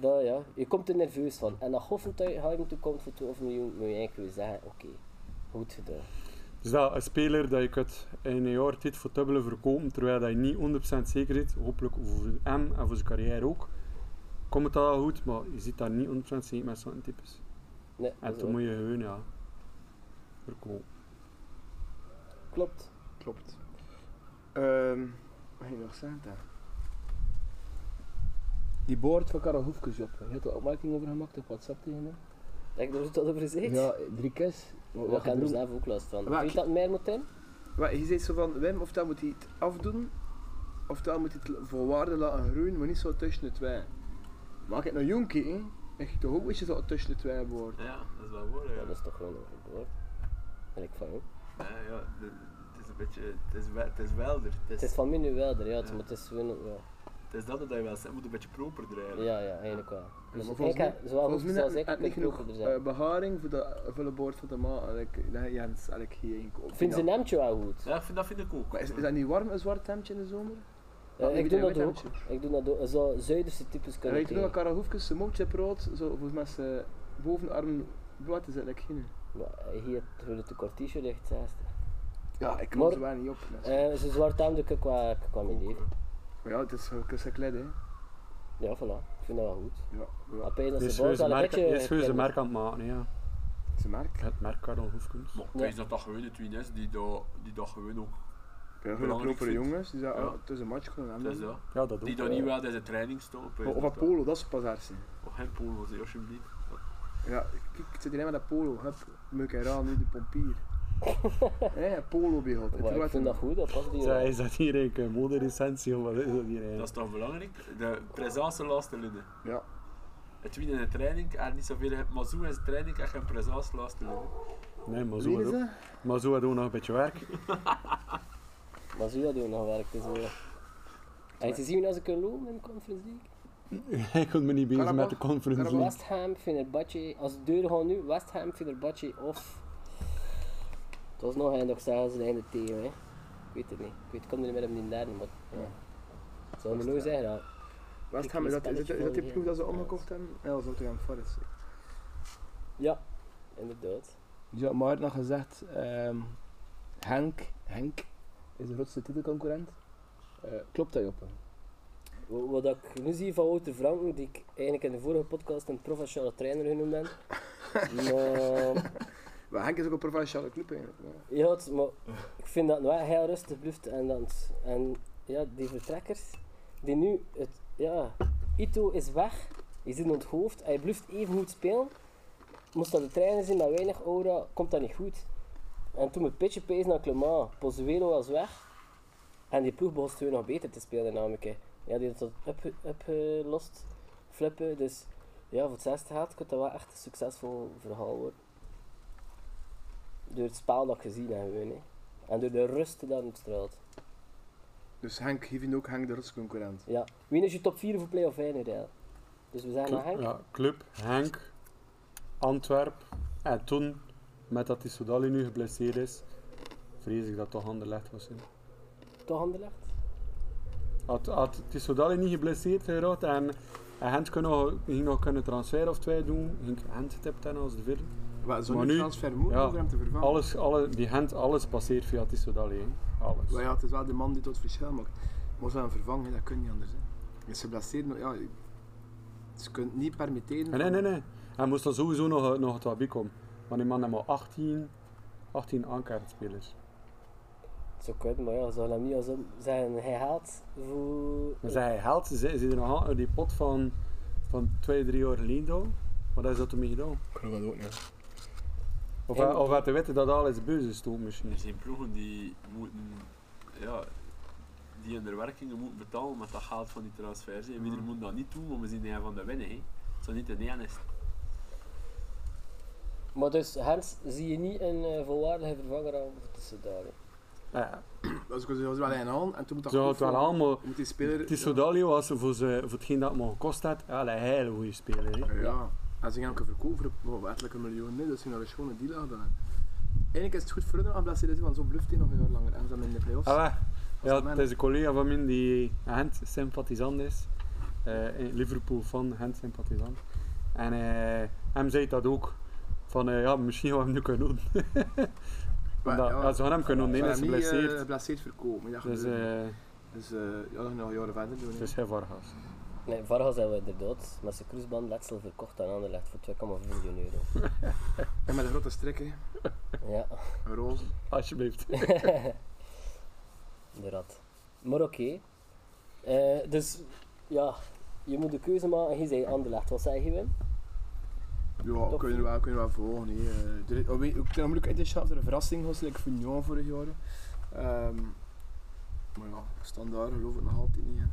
[SPEAKER 3] Dat ja, je komt er nerveus van. En dat Hoffenheim toe komt voor 12 miljoen, moet je eigenlijk weer zeggen, oké, goed gedaan.
[SPEAKER 4] Dus dat een speler dat je kunt in een jaar tijd voor dubbele verkopen, terwijl dat je niet 100% zeker is, hopelijk voor hem en voor zijn carrière ook, komt het al goed, maar je ziet dat niet 100% zeker met zo'n types.
[SPEAKER 3] Nee, dat
[SPEAKER 4] En
[SPEAKER 3] is
[SPEAKER 4] toen
[SPEAKER 3] waar.
[SPEAKER 4] moet je gewoon, ja, verkopen.
[SPEAKER 3] Klopt.
[SPEAKER 2] Klopt. Ehm, wat ging je nog zeggen? daar? Die boord van Karel Hoefkes op. Je hebt er opmerking over gemaakt op WhatsApp tegen hem.
[SPEAKER 3] Dat ik er zo tot over gezegd?
[SPEAKER 2] Ja, drie keer. Wat,
[SPEAKER 3] We
[SPEAKER 2] wat
[SPEAKER 3] gaan er
[SPEAKER 2] doen?
[SPEAKER 3] zelf ook last van.
[SPEAKER 2] Maar
[SPEAKER 3] Weet
[SPEAKER 2] ik-
[SPEAKER 3] dat het meer moet in?
[SPEAKER 2] Wat, je zegt zo van, Wim, ofwel moet hij het afdoen, ofwel moet hij het volwaardig laten groeien, maar niet zo tussen de twee. Maak het nou jonkie, hè? Ik ging toch ook weet je zo tussen de twee wordt.
[SPEAKER 6] Ja, dat is wel waar. ja.
[SPEAKER 3] Dat is toch gewoon een woord. En ik van jou.
[SPEAKER 6] Ja, ja, de- het is een beetje, het is, wel- het is welder. Het is,
[SPEAKER 3] Het is van mij nu wel er, ja, het-
[SPEAKER 6] Ja.
[SPEAKER 3] maar het is gewoon, ja.
[SPEAKER 6] het is dat dat je wel zegt, het moet een beetje proper draaien.
[SPEAKER 3] Ja, ja, eigenlijk wel. Dus
[SPEAKER 2] maar
[SPEAKER 3] ik
[SPEAKER 2] volgens
[SPEAKER 3] denk,
[SPEAKER 2] mij-
[SPEAKER 3] zowel
[SPEAKER 2] Volgens
[SPEAKER 3] goed
[SPEAKER 2] mij
[SPEAKER 3] zoals
[SPEAKER 2] net-
[SPEAKER 3] ik,
[SPEAKER 2] net niet
[SPEAKER 3] kunnen
[SPEAKER 2] genoeg
[SPEAKER 3] proper zijn.
[SPEAKER 2] eh, beharing voor de volle boord van de maan. en ik- nee, Jens, eigenlijk hier geen op.
[SPEAKER 3] Vind ze Nemtje wel goed?
[SPEAKER 6] Ja, ik vind, dat vind ik ook.
[SPEAKER 2] Maar is, is dat niet warm, een zwart hemdje in de zomer?
[SPEAKER 3] Eh,
[SPEAKER 2] Ja,
[SPEAKER 3] ik doe
[SPEAKER 2] iedereen
[SPEAKER 3] dat
[SPEAKER 2] weet
[SPEAKER 3] ook.
[SPEAKER 2] Nemtje.
[SPEAKER 3] Ik doe dat ook. Zo Zuiderse types
[SPEAKER 2] Ja,
[SPEAKER 3] kunnen
[SPEAKER 2] weet je nog dat
[SPEAKER 3] tegen.
[SPEAKER 2] Karel Hoefkes zijn mouwtje brood, zo volgens mij zijn bovenarm blad is eigenlijk geen.
[SPEAKER 3] Maar eh, hier, voor het tekort t-shirt ligt, zesde.
[SPEAKER 2] Ja, ik kom
[SPEAKER 3] Maar-
[SPEAKER 2] er wel niet op. dus.
[SPEAKER 3] Eh, Ze zwart aan de qua, qua milieu.
[SPEAKER 2] Maar ja, het is ook gekleed hè.
[SPEAKER 3] Ja, voilà. Ik vind dat wel goed.
[SPEAKER 2] Ja, ja.
[SPEAKER 3] Apijn dat eh,
[SPEAKER 4] Je
[SPEAKER 3] ze
[SPEAKER 4] is
[SPEAKER 3] boven zijn
[SPEAKER 4] gewoon zijn
[SPEAKER 3] een
[SPEAKER 4] merk-
[SPEAKER 3] beetje...
[SPEAKER 4] je is gewoon zijn
[SPEAKER 3] gekend.
[SPEAKER 4] merk aan het maken, ja.
[SPEAKER 2] Het is een merk.
[SPEAKER 4] Het merk Karel Hoefkens.
[SPEAKER 6] Maar
[SPEAKER 3] Ja.
[SPEAKER 6] is dat toch gewoon het wien is die dat, die dat gewoon ook,
[SPEAKER 2] Mm. Ja, voor de
[SPEAKER 6] Belangrijk
[SPEAKER 2] knopper
[SPEAKER 6] vindt.
[SPEAKER 2] jongens, die zeggen,
[SPEAKER 6] Ja.
[SPEAKER 2] ah, het is een match gewoon aan
[SPEAKER 6] het is
[SPEAKER 2] doen.
[SPEAKER 6] dat,
[SPEAKER 4] Ja, dat
[SPEAKER 6] die
[SPEAKER 4] ook.
[SPEAKER 6] dat niet wel in zijn training stoppen.
[SPEAKER 2] Of een polo, dat is pas haar zijn.
[SPEAKER 6] Of geen polo, zeg, alsjeblieft.
[SPEAKER 2] Ja, kijk, het zit alleen maar dat polo. Hup, moet ik eraan, nu de
[SPEAKER 3] [LAUGHS]
[SPEAKER 2] pompier. Hé, polo beeld. Het
[SPEAKER 3] Maar ik
[SPEAKER 2] wordt
[SPEAKER 3] vind
[SPEAKER 2] een-
[SPEAKER 3] dat goed, dat past die.
[SPEAKER 4] Ja, is dat hier eigenlijk een moderecentie of wat is dat hier
[SPEAKER 6] Dat is
[SPEAKER 4] eigenlijk?
[SPEAKER 6] toch belangrijk? De presence laatste linnen.
[SPEAKER 2] Ja.
[SPEAKER 6] Het wien in de training en niet zoveel, maar zo in zijn training en geen presence laatste linnen.
[SPEAKER 4] Nee, maar zo
[SPEAKER 2] Wie is
[SPEAKER 4] had ook-
[SPEAKER 2] dat?
[SPEAKER 4] maar zo had ook nog een beetje werk. [LAUGHS]
[SPEAKER 3] Maar zie dat doen nog werkt, is wel. En ze zien hoe ze kunnen lopen in de Conference League.
[SPEAKER 4] Hij kon me niet bezig
[SPEAKER 7] Karabach?
[SPEAKER 4] met de conference League.
[SPEAKER 3] West Ham, Fenerbahce. Als de deuren gaan nu, West Ham, Fenerbahce of... Het was nog eindig zelfs een einde team, hè. Ik weet het niet. Ik weet, ik kom er niet meer op die derde, maar... Ja. Zou me nooit zeggen, ja.
[SPEAKER 2] West
[SPEAKER 3] Ik
[SPEAKER 2] Ham,
[SPEAKER 3] wil
[SPEAKER 2] is dat, is, dat, is dat die
[SPEAKER 3] spelletje
[SPEAKER 2] ploeg dat ze
[SPEAKER 3] volgen, ja.
[SPEAKER 2] omgekocht hebben? Ja, dat is Nottingham Forest.
[SPEAKER 3] Ja, inderdaad.
[SPEAKER 7] Dus ja, Maarten had gezegd, ehm, Henk, Henk is de grootste titelconcurrent. Eh, klopt dat, Joppe?
[SPEAKER 3] Wa- Wat ik nu zie van Wouter Franken, die ik eigenlijk in de vorige podcast een professionele trainer genoemd ben. maar,
[SPEAKER 2] Maar Henk is ook een provinciale club eigenlijk. Ja.
[SPEAKER 3] ja, het- maar ik vind dat nou heel rustig blijft. En, dat, en ja, die vertrekkers, die nu, het, ja, Ito is weg, hij zit in het hoofd, hij blijft even goed spelen. Moest dat de trainer zijn met weinig aura, komt dat niet goed. En toen mijn pitje pees naar Clement, Pozuelo was weg. En die ploeg begon toen nog beter te spelen, namelijk. hè. Ja, die had dat opge- opgelost, flippen. Dus ja, voor het zesde gaat, kan dat wel echt een succesvol verhaal worden. Door het spel dat ik gezien heb, gewoon, hè. En door de rust die daar straalt.
[SPEAKER 2] Dus Henk, je vindt ook Henk de Russe concurrent.
[SPEAKER 3] Ja. Wie is je top 4 voor play-off 1 ideaal? Dus we zijn naar Henk.
[SPEAKER 4] Ja, club, Henk, Antwerp. En toen, met dat die Sodali nu geblesseerd is, vrees ik dat toch Anderlecht was. zijn.
[SPEAKER 3] Toch Anderlecht?
[SPEAKER 4] Had, had Tissoudali niet geblesseerd geraakt en, en Gent kon nog, ging nog kunnen transfer of twee doen, ging ik Gent getipt hebben als de vierde.
[SPEAKER 2] Maar zo'n
[SPEAKER 4] Maar nu-
[SPEAKER 2] transfer moet
[SPEAKER 4] ja,
[SPEAKER 2] om hem te vervangen.
[SPEAKER 4] Alles, alle, die Gent, alles passeert via Tissoudali. hè. Alles.
[SPEAKER 2] Maar ja, het is wel de man die tot verschil maakt. Maar ze hem vervangen, dat kun je anders. Hè. Is geblesseerd, maar ja, je- ze kunnen het niet permitteren.
[SPEAKER 4] Ah, Nee, nee, nee. Hij moest er sowieso nog, nog het bij komen. Maar die man heeft maar 18, 18 aankaartspelers.
[SPEAKER 3] Zo kunnen, maar ja, ze gaan hem niet als om zijn hij haalt voor...
[SPEAKER 4] Maar zij haalt, ze ze er nog aan uit die pot van, van twee, drie jaar geleden. dan. Wat is dat ermee gedaan?
[SPEAKER 7] Ik geloof dat ook niet.
[SPEAKER 4] Of,
[SPEAKER 3] En-
[SPEAKER 4] hij- of hij te weten dat alles beuze is toen misschien.
[SPEAKER 6] Er zijn ploegen die moeten, ja, die in de werkingen moeten betalen met dat geld van die transfers. En wie er moet dat niet doen, want we zien hij van de winnen. hè. Het zou niet de ene is.
[SPEAKER 3] Maar dus, Hans, zie je niet een eh, volwaardige vervanger aan voor Tissedari?
[SPEAKER 4] Nou Ja,
[SPEAKER 2] Dus ze hadden wel een aan en toen moet dat
[SPEAKER 4] zo
[SPEAKER 2] goed
[SPEAKER 4] het wel
[SPEAKER 2] vallen.
[SPEAKER 4] aan, maar
[SPEAKER 2] Moet die speler...
[SPEAKER 4] Tissoudali was voor, ze, voor hetgeen dat het me gekost had, ja, een hele goede speler. Hè.
[SPEAKER 2] Ja. ja. En ze gaan hem verkopen voor voor wettelijk oh, een miljoen. Nee, dus ze gaan een schone deal gedaan. Eigenlijk is het goed voor hun aan blesseerd is, want zo bluft hij nog een jaar langer. En ze hebben in de play-offs.
[SPEAKER 4] Ah, wel.
[SPEAKER 2] dat
[SPEAKER 4] ja,
[SPEAKER 2] mijn-
[SPEAKER 4] het is een collega van mij die Gent-sympathisant is. Eh, in Liverpool van Gent-sympathisant. En eh, hem zei dat ook. Van eh, ja, misschien gaan we hem nu kunnen doen.
[SPEAKER 2] Maar
[SPEAKER 4] Omdat,
[SPEAKER 2] ja,
[SPEAKER 4] ja, ze gaan hem kunnen
[SPEAKER 2] ze
[SPEAKER 4] doen, nee,
[SPEAKER 2] gaan
[SPEAKER 4] hij
[SPEAKER 2] hem niet,
[SPEAKER 4] is
[SPEAKER 2] eh,
[SPEAKER 4] geblesseerd.
[SPEAKER 2] geblesseerd verkopen. Ja,
[SPEAKER 4] Dus
[SPEAKER 2] dus eh
[SPEAKER 4] eh, dus-
[SPEAKER 2] dus eh, ja, nog een jaren verder doen.
[SPEAKER 4] het
[SPEAKER 2] hè.
[SPEAKER 4] is geen vargas.
[SPEAKER 3] Nee, Vargas hebben we inderdaad met zijn cruiseband letsel verkocht aan Anderlecht voor 2,5 miljoen euro.
[SPEAKER 2] En met een grote strik, hè.
[SPEAKER 3] Ja, [LAUGHS]
[SPEAKER 2] Een roze.
[SPEAKER 4] Alsjeblieft.
[SPEAKER 3] de rat. Maar oké. Eh, dus, ja, je moet de keuze maken. Je zei Anderlecht, wat zei je Wim?
[SPEAKER 2] Ja, we
[SPEAKER 3] Toch
[SPEAKER 2] kunnen, wel, we kunnen wel volgen. hè. Eh, Er is, oh, weet- ik vind het moeilijk uit te schatten dat er een verrassing was, like Fignon vorig jaar. Ehm, maar ja, standaard geloof ik nog altijd niet. Hè.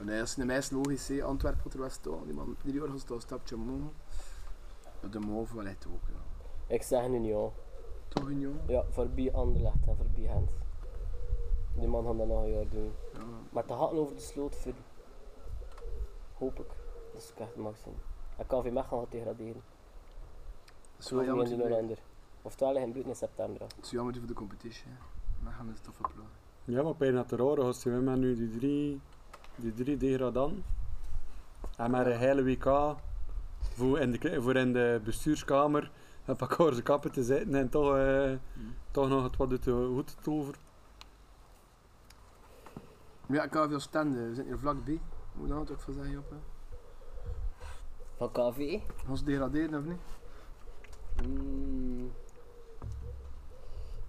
[SPEAKER 2] En dat is de meest logische, Antwerpen gaat er wel staan. Die man, die jaar gaat staan, een stapje omhoog. Ja, De Move wellicht ook, ja.
[SPEAKER 3] Ik zeg nu niet al.
[SPEAKER 2] Toch Fignon?
[SPEAKER 3] Ja, voorbij Anderlecht en voorbij Gent. Die man gaat dat nog een jaar doen.
[SPEAKER 2] Ja.
[SPEAKER 3] Maar te gaat over de sloot voor. Hoop ik. Dus ik echt mag zijn. En KV Mechelen gaat degraderen.
[SPEAKER 2] Zo
[SPEAKER 3] Of
[SPEAKER 2] jammer,
[SPEAKER 3] niet
[SPEAKER 2] die
[SPEAKER 3] in de Hollander. Oftewel in Bruten in september.
[SPEAKER 2] zo jammer voor de competition. hè. Maar gaan we toffe ploeg.
[SPEAKER 4] ja, maar bijna te horen, gast. We hebben nu die drie, die drie degradanten. En met een hele WK voor in de, kle- voor in de bestuurskamer een pak over zijn kappen te zitten en toch, eh, toch nog het wat uit de hoed te over.
[SPEAKER 2] Maar ja, ik kan veel standen, we zitten hier vlakbij. Moet je daar ook van zeggen, Joppe?
[SPEAKER 3] Van KV?
[SPEAKER 2] Gaan ze degraderen of niet?
[SPEAKER 3] Mm.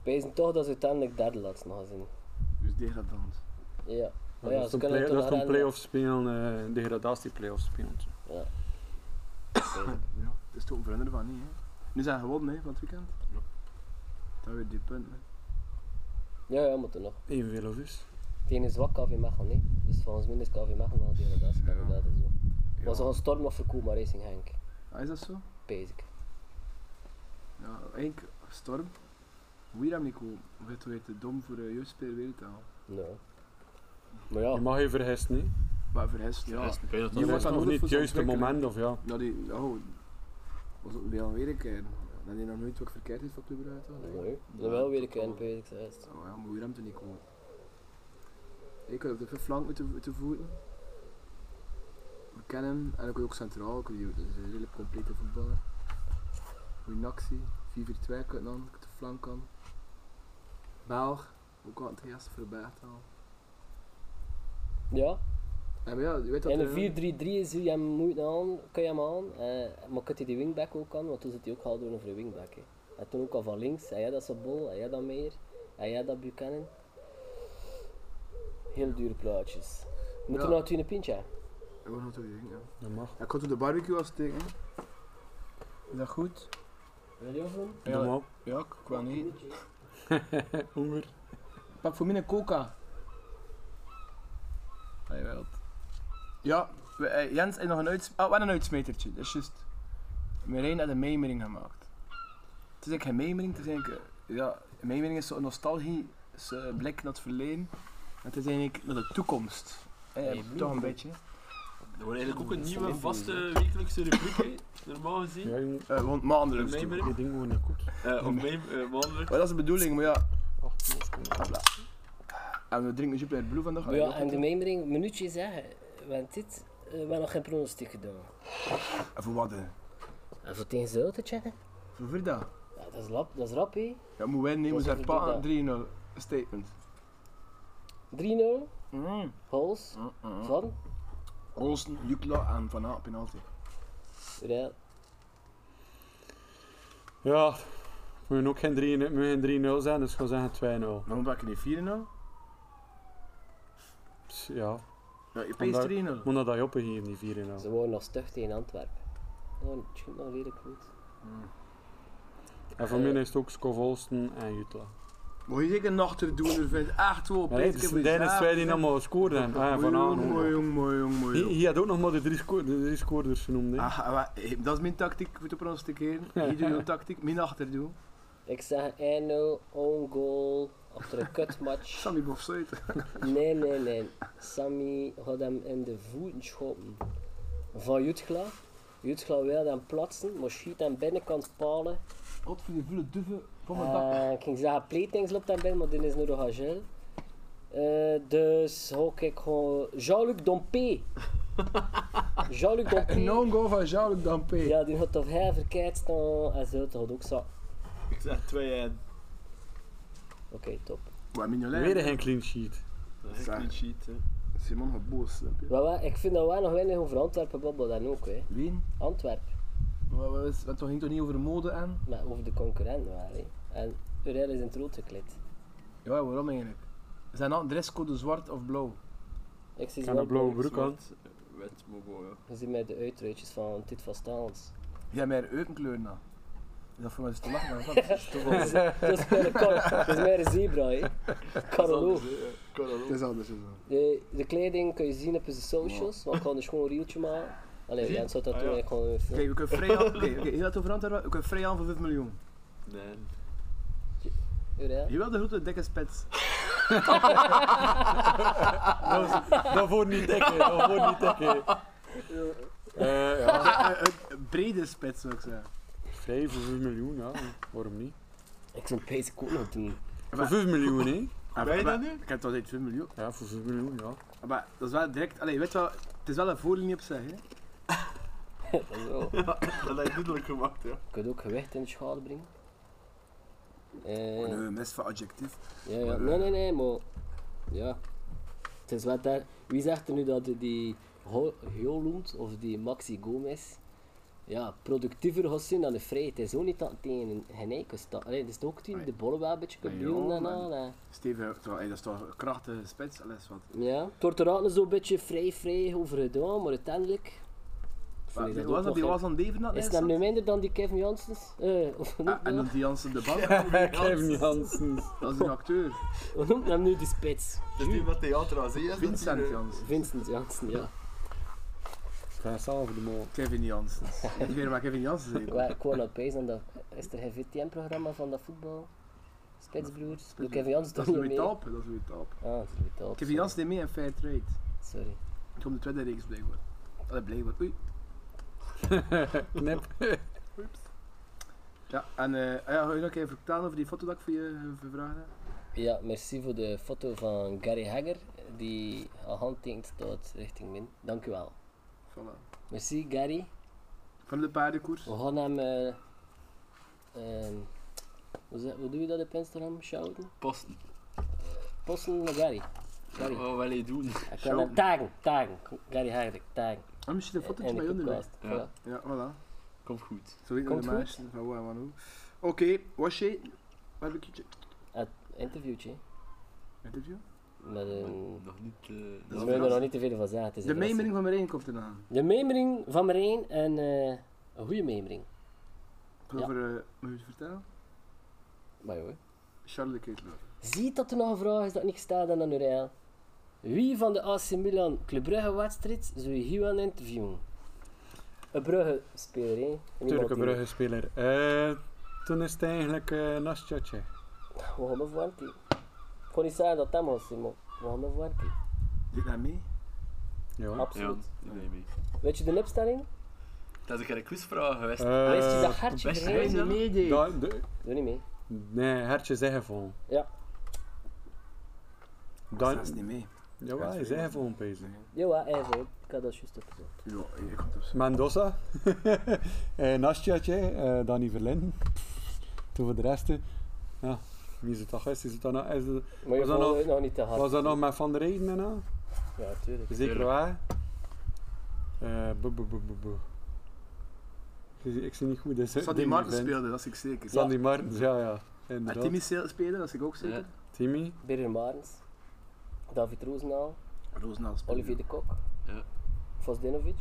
[SPEAKER 3] Pijzen toch dat ze uiteindelijk derde laatst nog zijn.
[SPEAKER 2] Dus degradant.
[SPEAKER 3] Ja. Maar Oh
[SPEAKER 4] Dat
[SPEAKER 3] ja,
[SPEAKER 4] is
[SPEAKER 3] ze
[SPEAKER 4] een
[SPEAKER 3] kunnen
[SPEAKER 4] play-
[SPEAKER 3] toch
[SPEAKER 4] dat is
[SPEAKER 3] nog
[SPEAKER 4] een play-off spelen, eh degradatie-play-off spelen.
[SPEAKER 2] Ja, het is toch een veranderen van niet, hè. Nu zijn we gewonnen, hè, van het weekend.
[SPEAKER 6] Ja.
[SPEAKER 2] Dat weer die punten, hè.
[SPEAKER 3] Ja, ja, moeten nog.
[SPEAKER 4] Evenveel of is.
[SPEAKER 3] Tegen een zwak KV Mechelen, nee. Dus volgens mij is KV Mechelen al degradatiekandidaat en zo. Maar ze gaan storm nog verkopen aan Racing Henk.
[SPEAKER 2] Ah, is dat zo?
[SPEAKER 3] Pijs ik.
[SPEAKER 2] Ja, eigenlijk, Storm. Moet je hem niet komen? Of eh, is het weer te dom voor de jeugdspeler weer te halen?
[SPEAKER 3] Nee. Maar ja,
[SPEAKER 4] Je mag je vergissen, hè.
[SPEAKER 2] Maar voor de rest,
[SPEAKER 6] Ja,
[SPEAKER 2] ja.
[SPEAKER 6] is- ik weet dat
[SPEAKER 2] Je
[SPEAKER 4] Dat
[SPEAKER 6] dat
[SPEAKER 2] wordt
[SPEAKER 4] is
[SPEAKER 2] dan
[SPEAKER 4] nog
[SPEAKER 2] ook
[SPEAKER 4] niet
[SPEAKER 2] voor
[SPEAKER 4] het juiste
[SPEAKER 2] ontwikkelen.
[SPEAKER 4] moment, of ja.
[SPEAKER 2] Nou, die, oh, was ook weer alweer een keer. Dat hij nog nooit wat verkeerd heeft voor Club Brugge. toch? Nee.
[SPEAKER 3] Mooi. Dan wel weer een keer bezig geweest.
[SPEAKER 2] Oh ja, moet je hem er niet komen. Ik had op de flank moeten, moeten voeten. We kennen hem en ook, ook centraal. Ik weet niet, Dat is een redelijk complete voetballer. Goeie actie. 4-4-2 kan dan, op de flank kan. Belg, ook al het eerste voor Bergtaal.
[SPEAKER 3] Ja,
[SPEAKER 2] En maar ja, je weet dat
[SPEAKER 3] in
[SPEAKER 2] eh,
[SPEAKER 3] een 4-3-3 zie je hem moeite aan, kun je hem aan, eh, maar kunt hij die wingback ook aan, want toen zit hij ook gehaald door een vrije wingback. Hè. En toen ook al van links, hij had dat Sabol, hij had dat Meijer, hij had dat Buchanan. Heel dure plaatjes. Moeten we
[SPEAKER 2] Ja.
[SPEAKER 3] nou toen een pintje?
[SPEAKER 2] Ik wou nog toe ja.
[SPEAKER 4] Dat mag.
[SPEAKER 2] Ja, Ik had op de barbecue als tegen. Is dat goed?
[SPEAKER 3] Wil je van?
[SPEAKER 4] Doe maar op.
[SPEAKER 2] Ja, ik kwam niet.
[SPEAKER 4] [LAUGHS] Honger.
[SPEAKER 2] Pak voor mij een coca. Ah, jawel. Ja, we, eh, Jens heeft nog een, uits ah, we hadden een uitsmetertje, dat is juist. Merijn had een meemering gemaakt. Het is eigenlijk geen meemering, het is eigenlijk... eh, Ja, een meemering is zo'n nostalgische blik naar het verleden. Het is eigenlijk naar de toekomst. Eh,
[SPEAKER 3] Nee,
[SPEAKER 2] toch
[SPEAKER 3] bloem.
[SPEAKER 2] een beetje.
[SPEAKER 6] wordt eigenlijk ook een nieuwe vaste wekelijkse rubriek, hè, normaal gezien.
[SPEAKER 4] Ja, jongen.
[SPEAKER 2] Eh, want maandelijks.
[SPEAKER 6] Een
[SPEAKER 2] doen.
[SPEAKER 6] meemering.
[SPEAKER 4] Die ding wordt niet goed.
[SPEAKER 6] Eh, of mee, eh, wandelen.
[SPEAKER 2] Maar dat is de bedoeling, maar ja.
[SPEAKER 4] Acht seconden.
[SPEAKER 2] En we drinken Jupiler Blue vandaag.
[SPEAKER 3] Maar ja, en de mijmering, minuutje zeggen, want dit, eh, we hebben nog geen pronostiek gedaan.
[SPEAKER 2] En voor wat? eh?
[SPEAKER 3] En voor tegen Zuid te checken?
[SPEAKER 2] Voor Vrida.
[SPEAKER 3] Ja, dat is rap, dat is rap hé.
[SPEAKER 2] Ja, moet winnen, hè, moet
[SPEAKER 3] Dat
[SPEAKER 2] daar
[SPEAKER 3] is
[SPEAKER 2] pakken. 3-0. Statement.
[SPEAKER 3] 3-0,
[SPEAKER 2] Mm.
[SPEAKER 3] Hols, van,
[SPEAKER 2] Olsen, Jukla en Van Aert penalty.
[SPEAKER 3] Real.
[SPEAKER 4] Ja, moet ook geen 3 moet geen 3-0 zijn, dus we zeggen 2-0.
[SPEAKER 2] Waarom pak je niet 4 0
[SPEAKER 4] Pss, Ja,
[SPEAKER 2] Ja, je
[SPEAKER 4] Vandaar-
[SPEAKER 2] peest 3 0
[SPEAKER 4] moet dat dat je opgegeven, die 4-0.
[SPEAKER 3] Ze wonen nog stug tegen Antwerpen. Oh, het schiet nog redelijk goed.
[SPEAKER 4] En voor mij is het ook Skovolsten en Jutla.
[SPEAKER 2] Moet je zeker nachter doen, er vindt echt wel op.
[SPEAKER 4] Ja, dit is de ene twee die allemaal gescoord hebben. Ah, van
[SPEAKER 2] Mooi,
[SPEAKER 4] Aanholen.
[SPEAKER 2] mooi, jong, mooi, jong, mooi.
[SPEAKER 4] Hij
[SPEAKER 2] jong.
[SPEAKER 4] hij had ook nog maar de drie, sco- de drie scoorders genoemd. hè.
[SPEAKER 2] Ah, maar, eh, dat is mijn tactiek, voor de pronosticeren. Hier doe je een tactiek, mijn achter doen.
[SPEAKER 3] Ik zeg 1-0, own goal, achter een
[SPEAKER 2] [LAUGHS]
[SPEAKER 3] kutmatch.
[SPEAKER 2] Sammy Bob Sluit.
[SPEAKER 3] Nee, nee, nee. Sammy had hem in de voeten schoppen van Jutgla. Jutgla wilde hem plaatsen, maar schiet aan binnenkant palen.
[SPEAKER 2] Wat voor die voele duven van mijn dak.
[SPEAKER 3] Eh, ik ging zeggen, Playtings loopt daarbij, maar dit is nu de Hagel. Eh dus hok ik gewoon
[SPEAKER 2] [LAUGHS]
[SPEAKER 3] Jean-Luc Dompé. Jean-Luc Dompé.
[SPEAKER 2] Een non-go van Jean-Luc Dampé.
[SPEAKER 3] Ja, die had toch heel verkeerd staan en zo, dat had ook zo. Oké,
[SPEAKER 6] Ik zeg 2-1.
[SPEAKER 3] top.
[SPEAKER 2] Maar Mignolet,
[SPEAKER 4] Weer geen clean sheet.
[SPEAKER 6] Dat is
[SPEAKER 2] Zeg.
[SPEAKER 6] een clean sheet, hè.
[SPEAKER 2] Simon gaat boos, snap je?
[SPEAKER 3] Maar wel, ik vind dat wij nog weinig over Antwerpen babbelen dan ook, hè.
[SPEAKER 2] Wien?
[SPEAKER 3] Antwerpen,
[SPEAKER 2] Maar wat is- Het ging toch niet over de mode en?
[SPEAKER 3] maar over de concurrent wel, hè. En Urel is in het rood gekleed.
[SPEAKER 2] Ja, waarom eigenlijk? Zijn al dresscode zwart of blauw?
[SPEAKER 3] Ik zie
[SPEAKER 4] Ik
[SPEAKER 3] ze
[SPEAKER 4] heb een
[SPEAKER 3] wel
[SPEAKER 4] blauwe broek aan.
[SPEAKER 6] Zwart, eh, Wit, mogo, ja.
[SPEAKER 3] Je ziet mij de uitruitjes van Tit van Staans. [LAUGHS]
[SPEAKER 2] Ja, maar eukenkleur na. Is dat voor mij is te lachen, maar wat? [LAUGHS] Het
[SPEAKER 3] Dat is meer een kar- dat is meer een zebra, hè. Carolo.
[SPEAKER 2] is anders, is dat.
[SPEAKER 3] De, de kleding kun je zien op zijn socials, want ik kan dus gewoon een reeltje maken. Allee,
[SPEAKER 6] Zie?
[SPEAKER 3] Jens had dat
[SPEAKER 6] Ah,
[SPEAKER 3] toen
[SPEAKER 6] ja.
[SPEAKER 3] eigenlijk gewoon... een
[SPEAKER 2] Oké, we
[SPEAKER 3] film.
[SPEAKER 2] kunnen vrij aan. Oké, oké, heel dat over Antwerpen. We kunnen vrij aan voor 5 miljoen.
[SPEAKER 6] Nee.
[SPEAKER 3] Urel.
[SPEAKER 2] Jawel, de grote dikke [LAUGHS] spits.
[SPEAKER 4] Dat wordt niet dikke, dat wordt niet dikke. Eh ja,
[SPEAKER 2] Eh, eh, Een brede spits, zou ik zeggen.
[SPEAKER 4] 5 of 5 miljoen, ja. Waarom niet?
[SPEAKER 3] Ik zou Pace ook nog doen.
[SPEAKER 4] Voor 5 miljoen, hè?
[SPEAKER 2] Ah,
[SPEAKER 6] Ben je dat nu?
[SPEAKER 2] Ik heb toch steeds 5 miljoen. Ah,
[SPEAKER 4] Ja, voor 5 miljoen, ja.
[SPEAKER 2] Maar dat is wel direct. Allee, weet je wel, het is wel een voorlinie op zich, hè?
[SPEAKER 3] Dat is wel...
[SPEAKER 6] Dat heb je duidelijk
[SPEAKER 3] [LAUGHS]
[SPEAKER 6] gemaakt, ja.
[SPEAKER 3] Je kunt ook gewicht in de schade brengen. Eh,
[SPEAKER 2] mis van adjectief.
[SPEAKER 3] ja, ja. Nee, nee, nee, maar... Ja. Het is wat daar... Wie zegt er nu dat die Ho- Holland of die Maxi Gomez ja, productiever gaat zijn dan de Vrij? Het is ook niet dat tegen een geneke staat. Allee, het is ook die de bollen wel een beetje kunt
[SPEAKER 2] Nee,
[SPEAKER 3] duwen
[SPEAKER 2] joh,
[SPEAKER 3] en
[SPEAKER 2] man.
[SPEAKER 3] al. hè.
[SPEAKER 2] Steven, toch, hey, dat is toch een krachtige spits, alles wat.
[SPEAKER 3] Ja. Het wordt er altijd zo'n beetje vrij, vrij over gedaan, maar uiteindelijk...
[SPEAKER 2] Maar,
[SPEAKER 3] vond ik dat ook
[SPEAKER 2] was dat
[SPEAKER 3] nog
[SPEAKER 2] die
[SPEAKER 3] geen-
[SPEAKER 2] was aan Deven dat
[SPEAKER 3] Is
[SPEAKER 2] net
[SPEAKER 3] dat nu
[SPEAKER 2] zat?
[SPEAKER 3] minder dan die Kevin Janssens? Eh, of hoe
[SPEAKER 2] Ah, En
[SPEAKER 3] noemt
[SPEAKER 2] dan
[SPEAKER 3] dat?
[SPEAKER 2] die Jansen de [LAUGHS] Bak,
[SPEAKER 4] [LAUGHS] Kevin Janssens.
[SPEAKER 2] dat is een acteur.
[SPEAKER 3] Hoe noemt hem nu Dus die spits?
[SPEAKER 2] Dus
[SPEAKER 6] Dat is niet wat theater aan zee is.
[SPEAKER 2] Vincent Jansen.
[SPEAKER 3] Vincent Janssen, ja.
[SPEAKER 4] Ik ben samen voor de mol.
[SPEAKER 2] Kevin Jansen.
[SPEAKER 3] [LAUGHS]
[SPEAKER 2] Ik weet niet waar Kevin Jansen is.
[SPEAKER 3] Waar- Ik wou nog opeens aan dat... Is er geen VTM-programma van dat voetbal? Spitsbroers? Doe Kevin Janssen
[SPEAKER 2] Dat
[SPEAKER 3] toch
[SPEAKER 2] is
[SPEAKER 3] niet
[SPEAKER 2] Louis
[SPEAKER 3] mee? Ah,
[SPEAKER 2] Talp, dat is Louis Talp.
[SPEAKER 3] dat is Louis Talp.
[SPEAKER 2] Kevin Jansen deed mee in Fairtrade.
[SPEAKER 3] Sorry.
[SPEAKER 8] Het komt de tweede reeks blijkbaar. Allee, blijkbaar.
[SPEAKER 3] [LAUGHS]
[SPEAKER 8] Oei.
[SPEAKER 4] Knip.
[SPEAKER 8] Ja, en eh, ah ja, ga je nog even vertellen over die foto dat ik voor je gevraagd heb?
[SPEAKER 3] Ja, merci voor de foto van Gary Hagger, die al handtekent tot richting min. Dank u wel.
[SPEAKER 8] Voilà.
[SPEAKER 3] Merci Gary.
[SPEAKER 8] Van de paardenkoers.
[SPEAKER 3] We gaan hem... eh, ehm, hoe, zeg- hoe doe je dat op Instagram? Shouten?
[SPEAKER 6] Posten.
[SPEAKER 3] Posten naar Gary. Gary.
[SPEAKER 6] Wat wil je doen? [LAUGHS]
[SPEAKER 3] Ik kan hem tagen, tagen. Gary Hagger, tagen.
[SPEAKER 8] Ah, misschien een fotootje
[SPEAKER 3] En
[SPEAKER 8] bij
[SPEAKER 3] de
[SPEAKER 8] onder.
[SPEAKER 3] podcast.
[SPEAKER 6] Ja.
[SPEAKER 3] Voilà.
[SPEAKER 8] Ja, voilà.
[SPEAKER 6] Komt goed.
[SPEAKER 8] Zo weet ik
[SPEAKER 3] Komt
[SPEAKER 8] de
[SPEAKER 3] goed.
[SPEAKER 8] meisje van hoe en van hoe. Oké, was je? Waar heb ik je?
[SPEAKER 3] Het interviewtje.
[SPEAKER 8] Interview?
[SPEAKER 3] Met een...
[SPEAKER 6] Nog niet... eh,
[SPEAKER 3] Dus we willen er nog niet te veel van zeggen. het is
[SPEAKER 8] De
[SPEAKER 3] een verrassing.
[SPEAKER 8] mijmering van Marijn komt eraan.
[SPEAKER 3] De memering van Marijn en eh, een goede memering.
[SPEAKER 8] Ik wil
[SPEAKER 3] Ja.
[SPEAKER 8] over, eh, moet je het vertellen?
[SPEAKER 3] Maar joh.
[SPEAKER 8] Charles de Keutler.
[SPEAKER 3] Ziet dat er nog een vraag is dat niet staat aan de URL. Wie van de AC Milan Club Brugge wedstrijd zou je hier aan interviewen? Een Brugge speler, hè? En iemand
[SPEAKER 4] Turke
[SPEAKER 3] die-
[SPEAKER 4] Brugge-speler. Eh, toen is het eigenlijk eh Nastja Tje.
[SPEAKER 3] We gaan nog werken. Ik ga niet zeggen dat dat was, Simon. We gaan nog werken.
[SPEAKER 8] Doe daar mee?
[SPEAKER 4] Ja.
[SPEAKER 6] Ja,
[SPEAKER 3] Absoluut.
[SPEAKER 6] die neem ik.
[SPEAKER 3] Weet je de opstelling?
[SPEAKER 6] Dat is een keer een quizvraag geweest.
[SPEAKER 4] Eh,
[SPEAKER 3] Wist je dat hartje
[SPEAKER 6] best
[SPEAKER 3] gereden?
[SPEAKER 6] wel.
[SPEAKER 8] meedeed.
[SPEAKER 4] da- de-
[SPEAKER 3] Doe niet mee.
[SPEAKER 4] nee, Hertje zeggen van.
[SPEAKER 3] Ja.
[SPEAKER 4] Dan,
[SPEAKER 8] Dat is niet mee.
[SPEAKER 4] jawel, hij zeggen van pezen.
[SPEAKER 3] Jawel, even. hoor. Ik had dat juist opgezocht.
[SPEAKER 8] Ja, ik had op zo.
[SPEAKER 4] Mendoza, [LAUGHS] eh, Nastja Tje, eh, Danny Verlin. Toen voor de rest, eh, ja, wie is het toch geweest? Is het dan, nog- is het-
[SPEAKER 3] Maar je
[SPEAKER 4] Was dat
[SPEAKER 3] vond
[SPEAKER 4] nog-
[SPEAKER 3] het nog niet te hard.
[SPEAKER 4] was dat nog met Van der Eyden en al?
[SPEAKER 3] Ja, tuurlijk.
[SPEAKER 4] Zeker waar. Eh, boe, boe, boe, boe, boe. Ik zie- Ik zie niet goed. Dus,
[SPEAKER 8] Zat die Martens speelde, dat is ik zeker.
[SPEAKER 3] Ja.
[SPEAKER 4] Sandy Martens, ja, ja.
[SPEAKER 8] En
[SPEAKER 4] Inderdaad.
[SPEAKER 8] Timmy Seel- speelde, dat is ik ook zeker.
[SPEAKER 4] Timmy.
[SPEAKER 3] Birger Marens. David Roosnaal.
[SPEAKER 8] Roosendaal speelde.
[SPEAKER 3] Olivier de Kok.
[SPEAKER 6] Ja.
[SPEAKER 3] Vosdenovic.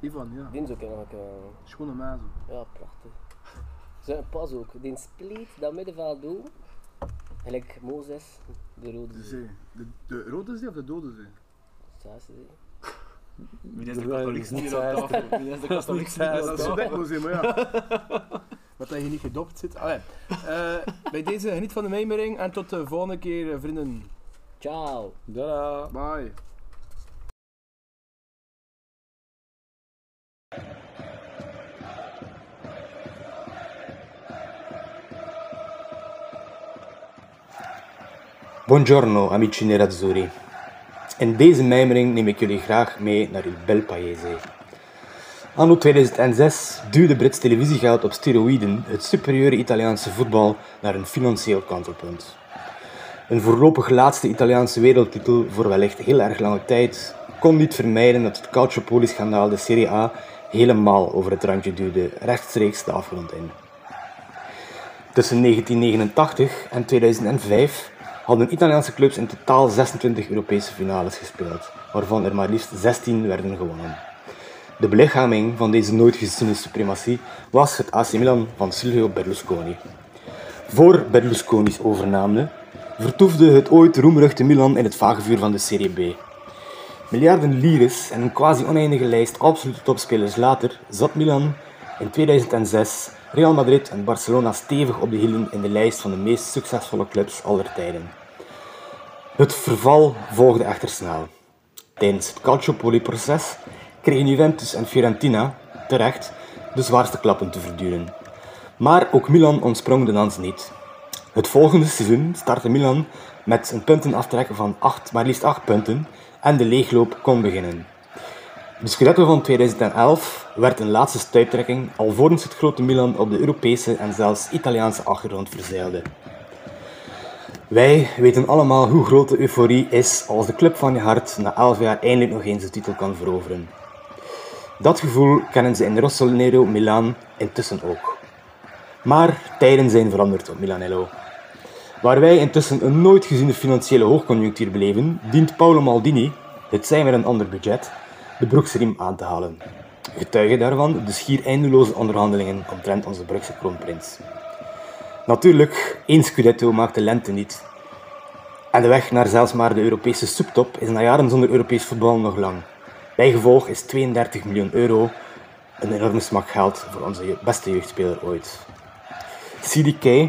[SPEAKER 8] Ivan, ja.
[SPEAKER 3] Die is ook nog een keer-
[SPEAKER 8] Schone mazo.
[SPEAKER 3] Ja, prachtig. Zijn pas ook. Die spleet dat middenveld doet. Gelijk Mozes, de rode
[SPEAKER 8] De
[SPEAKER 3] zee.
[SPEAKER 8] zee. De, de rode zee of de dode zee?
[SPEAKER 3] Zesde zee.
[SPEAKER 6] Wie is de
[SPEAKER 4] Dat is
[SPEAKER 6] katholiekste
[SPEAKER 4] niet
[SPEAKER 6] hier aan
[SPEAKER 4] juist.
[SPEAKER 6] tafel? Wie is de
[SPEAKER 4] Dat is niet
[SPEAKER 6] katholiekste hier aan
[SPEAKER 4] juist,
[SPEAKER 8] Dat is zo
[SPEAKER 6] tafel?
[SPEAKER 8] dik, moet zijn, maar ja. Wat [LAUGHS] dat je niet gedopt zit. Allee. Eh, bij deze geniet van de mijmering en tot de volgende keer, eh, vrienden.
[SPEAKER 3] Ciao.
[SPEAKER 4] Tada.
[SPEAKER 8] Bye.
[SPEAKER 9] Buongiorno amici nerazzurri. In deze mijmering neem ik jullie graag mee naar il bel paese. Anno 2006 duwde Brits televisiegeld op steroïden het superieure Italiaanse voetbal naar een financieel kantelpunt. Een voorlopig laatste Italiaanse wereldtitel voor wellicht heel erg lange tijd kon niet vermijden dat het calciopoli-schandaal de Serie A helemaal over het randje duwde, rechtstreeks de afgrond in. Tussen 1989 en 2005 hadden Italiaanse clubs in totaal 26 Europese finales gespeeld, waarvan er maar liefst 16 werden gewonnen. De belichaming van deze nooit geziene suprematie was het AC Milan van Silvio Berlusconi. Voor Berlusconi's overname vertoefde het ooit roemruchte Milan in het vagevuur van de Serie B. Miljarden lires en een quasi oneindige lijst absolute topspelers later zat Milan in 2006 Real Madrid en Barcelona stevig op de hielen in de lijst van de meest succesvolle clubs aller tijden. Het verval volgde echter snel. Tijdens het Calciopoli-proces kregen Juventus en Fiorentina, terecht, de zwaarste klappen te verduren. Maar ook Milan ontsprong de dans niet. Het volgende seizoen startte Milan met een puntenaftrek van 8, maar liefst 8 punten en de leegloop kon beginnen. De Scudetto van 2011 werd een laatste stuiptrekking alvorens het grote Milan op de Europese en zelfs Italiaanse achtergrond verzeilde. Wij weten allemaal hoe groot de euforie is als de club van je hart na 11 jaar eindelijk nog eens de titel kan veroveren. Dat gevoel kennen ze in Rossonero Milan intussen ook. Maar tijden zijn veranderd op Milanello. Waar wij intussen een nooit geziene financiële hoogconjunctuur beleven, dient Paolo Maldini, het zijn met een ander budget, de broeksriem aan te halen. Getuige daarvan de schier eindeloze onderhandelingen omtrent onze Brugse kroonprins. Natuurlijk, één Scudetto maakt de lente niet. En de weg naar zelfs maar de Europese subtop is na jaren zonder Europees voetbal nog lang. Bijgevolg is 32 miljoen euro een enorme smak geld voor onze je- beste jeugdspeler ooit. CDK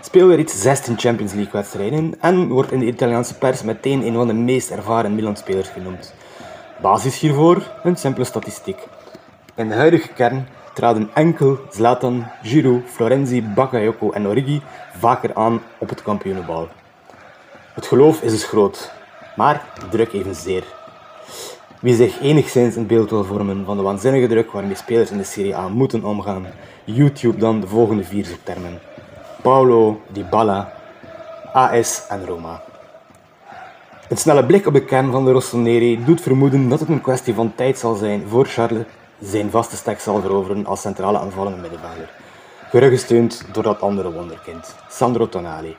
[SPEAKER 9] speelde reeds 16 Champions League wedstrijden en wordt in de Italiaanse pers meteen een van de meest ervaren Milan-spelers genoemd. Basis hiervoor een simpele statistiek. In de huidige kern traden enkel Zlatan, Giroud, Florenzi, Bakayoko en Origi vaker aan op het kampioenenbal. Het geloof is dus groot, maar de druk evenzeer. Wie zich enigszins een beeld wil vormen van de waanzinnige druk waarmee spelers in de Serie A moeten omgaan, YouTube dan de volgende vier zoektermen. Paulo, Dybala, AS en Roma. Een snelle blik op de kern van de Rossoneri doet vermoeden dat het een kwestie van tijd zal zijn voor Charles zijn vaste stek zal veroveren als centrale aanvallende middenvelder. Gerugesteund door dat andere wonderkind, Sandro Tonali.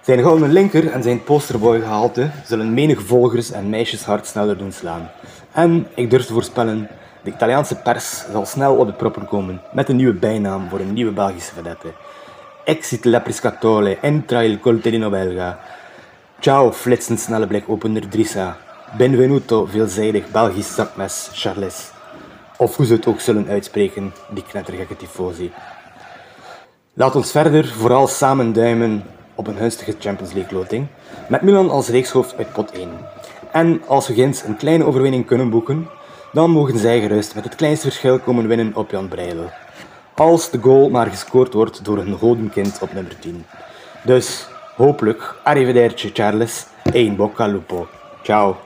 [SPEAKER 9] Zijn gouden linker en zijn posterboy gehalte zullen menig volgers en meisjes hart sneller doen slaan. En, ik durf te voorspellen, de Italiaanse pers zal snel op de proppen komen met een nieuwe bijnaam voor een nieuwe Belgische vedette. Exit la Priscatole, entra il coltellino belga. Ciao, flitsend snelle blik opender Drissa. Benvenuto, veelzijdig Belgisch zakmes, Charles. Of hoe ze het ook zullen uitspreken, die knettergekke tifosi. Laat ons verder vooral samen duimen op een gunstige Champions League loting, met Milan als reekshoofd uit pot 1. En als we Gens een kleine overwinning kunnen boeken, dan mogen zij gerust met het kleinste verschil komen winnen op Jan Breidel. Als de goal maar gescoord wordt door een godenkind op nummer 10. Dus, hopelijk, arrivederci Charles, e in bocca al lupo. Ciao.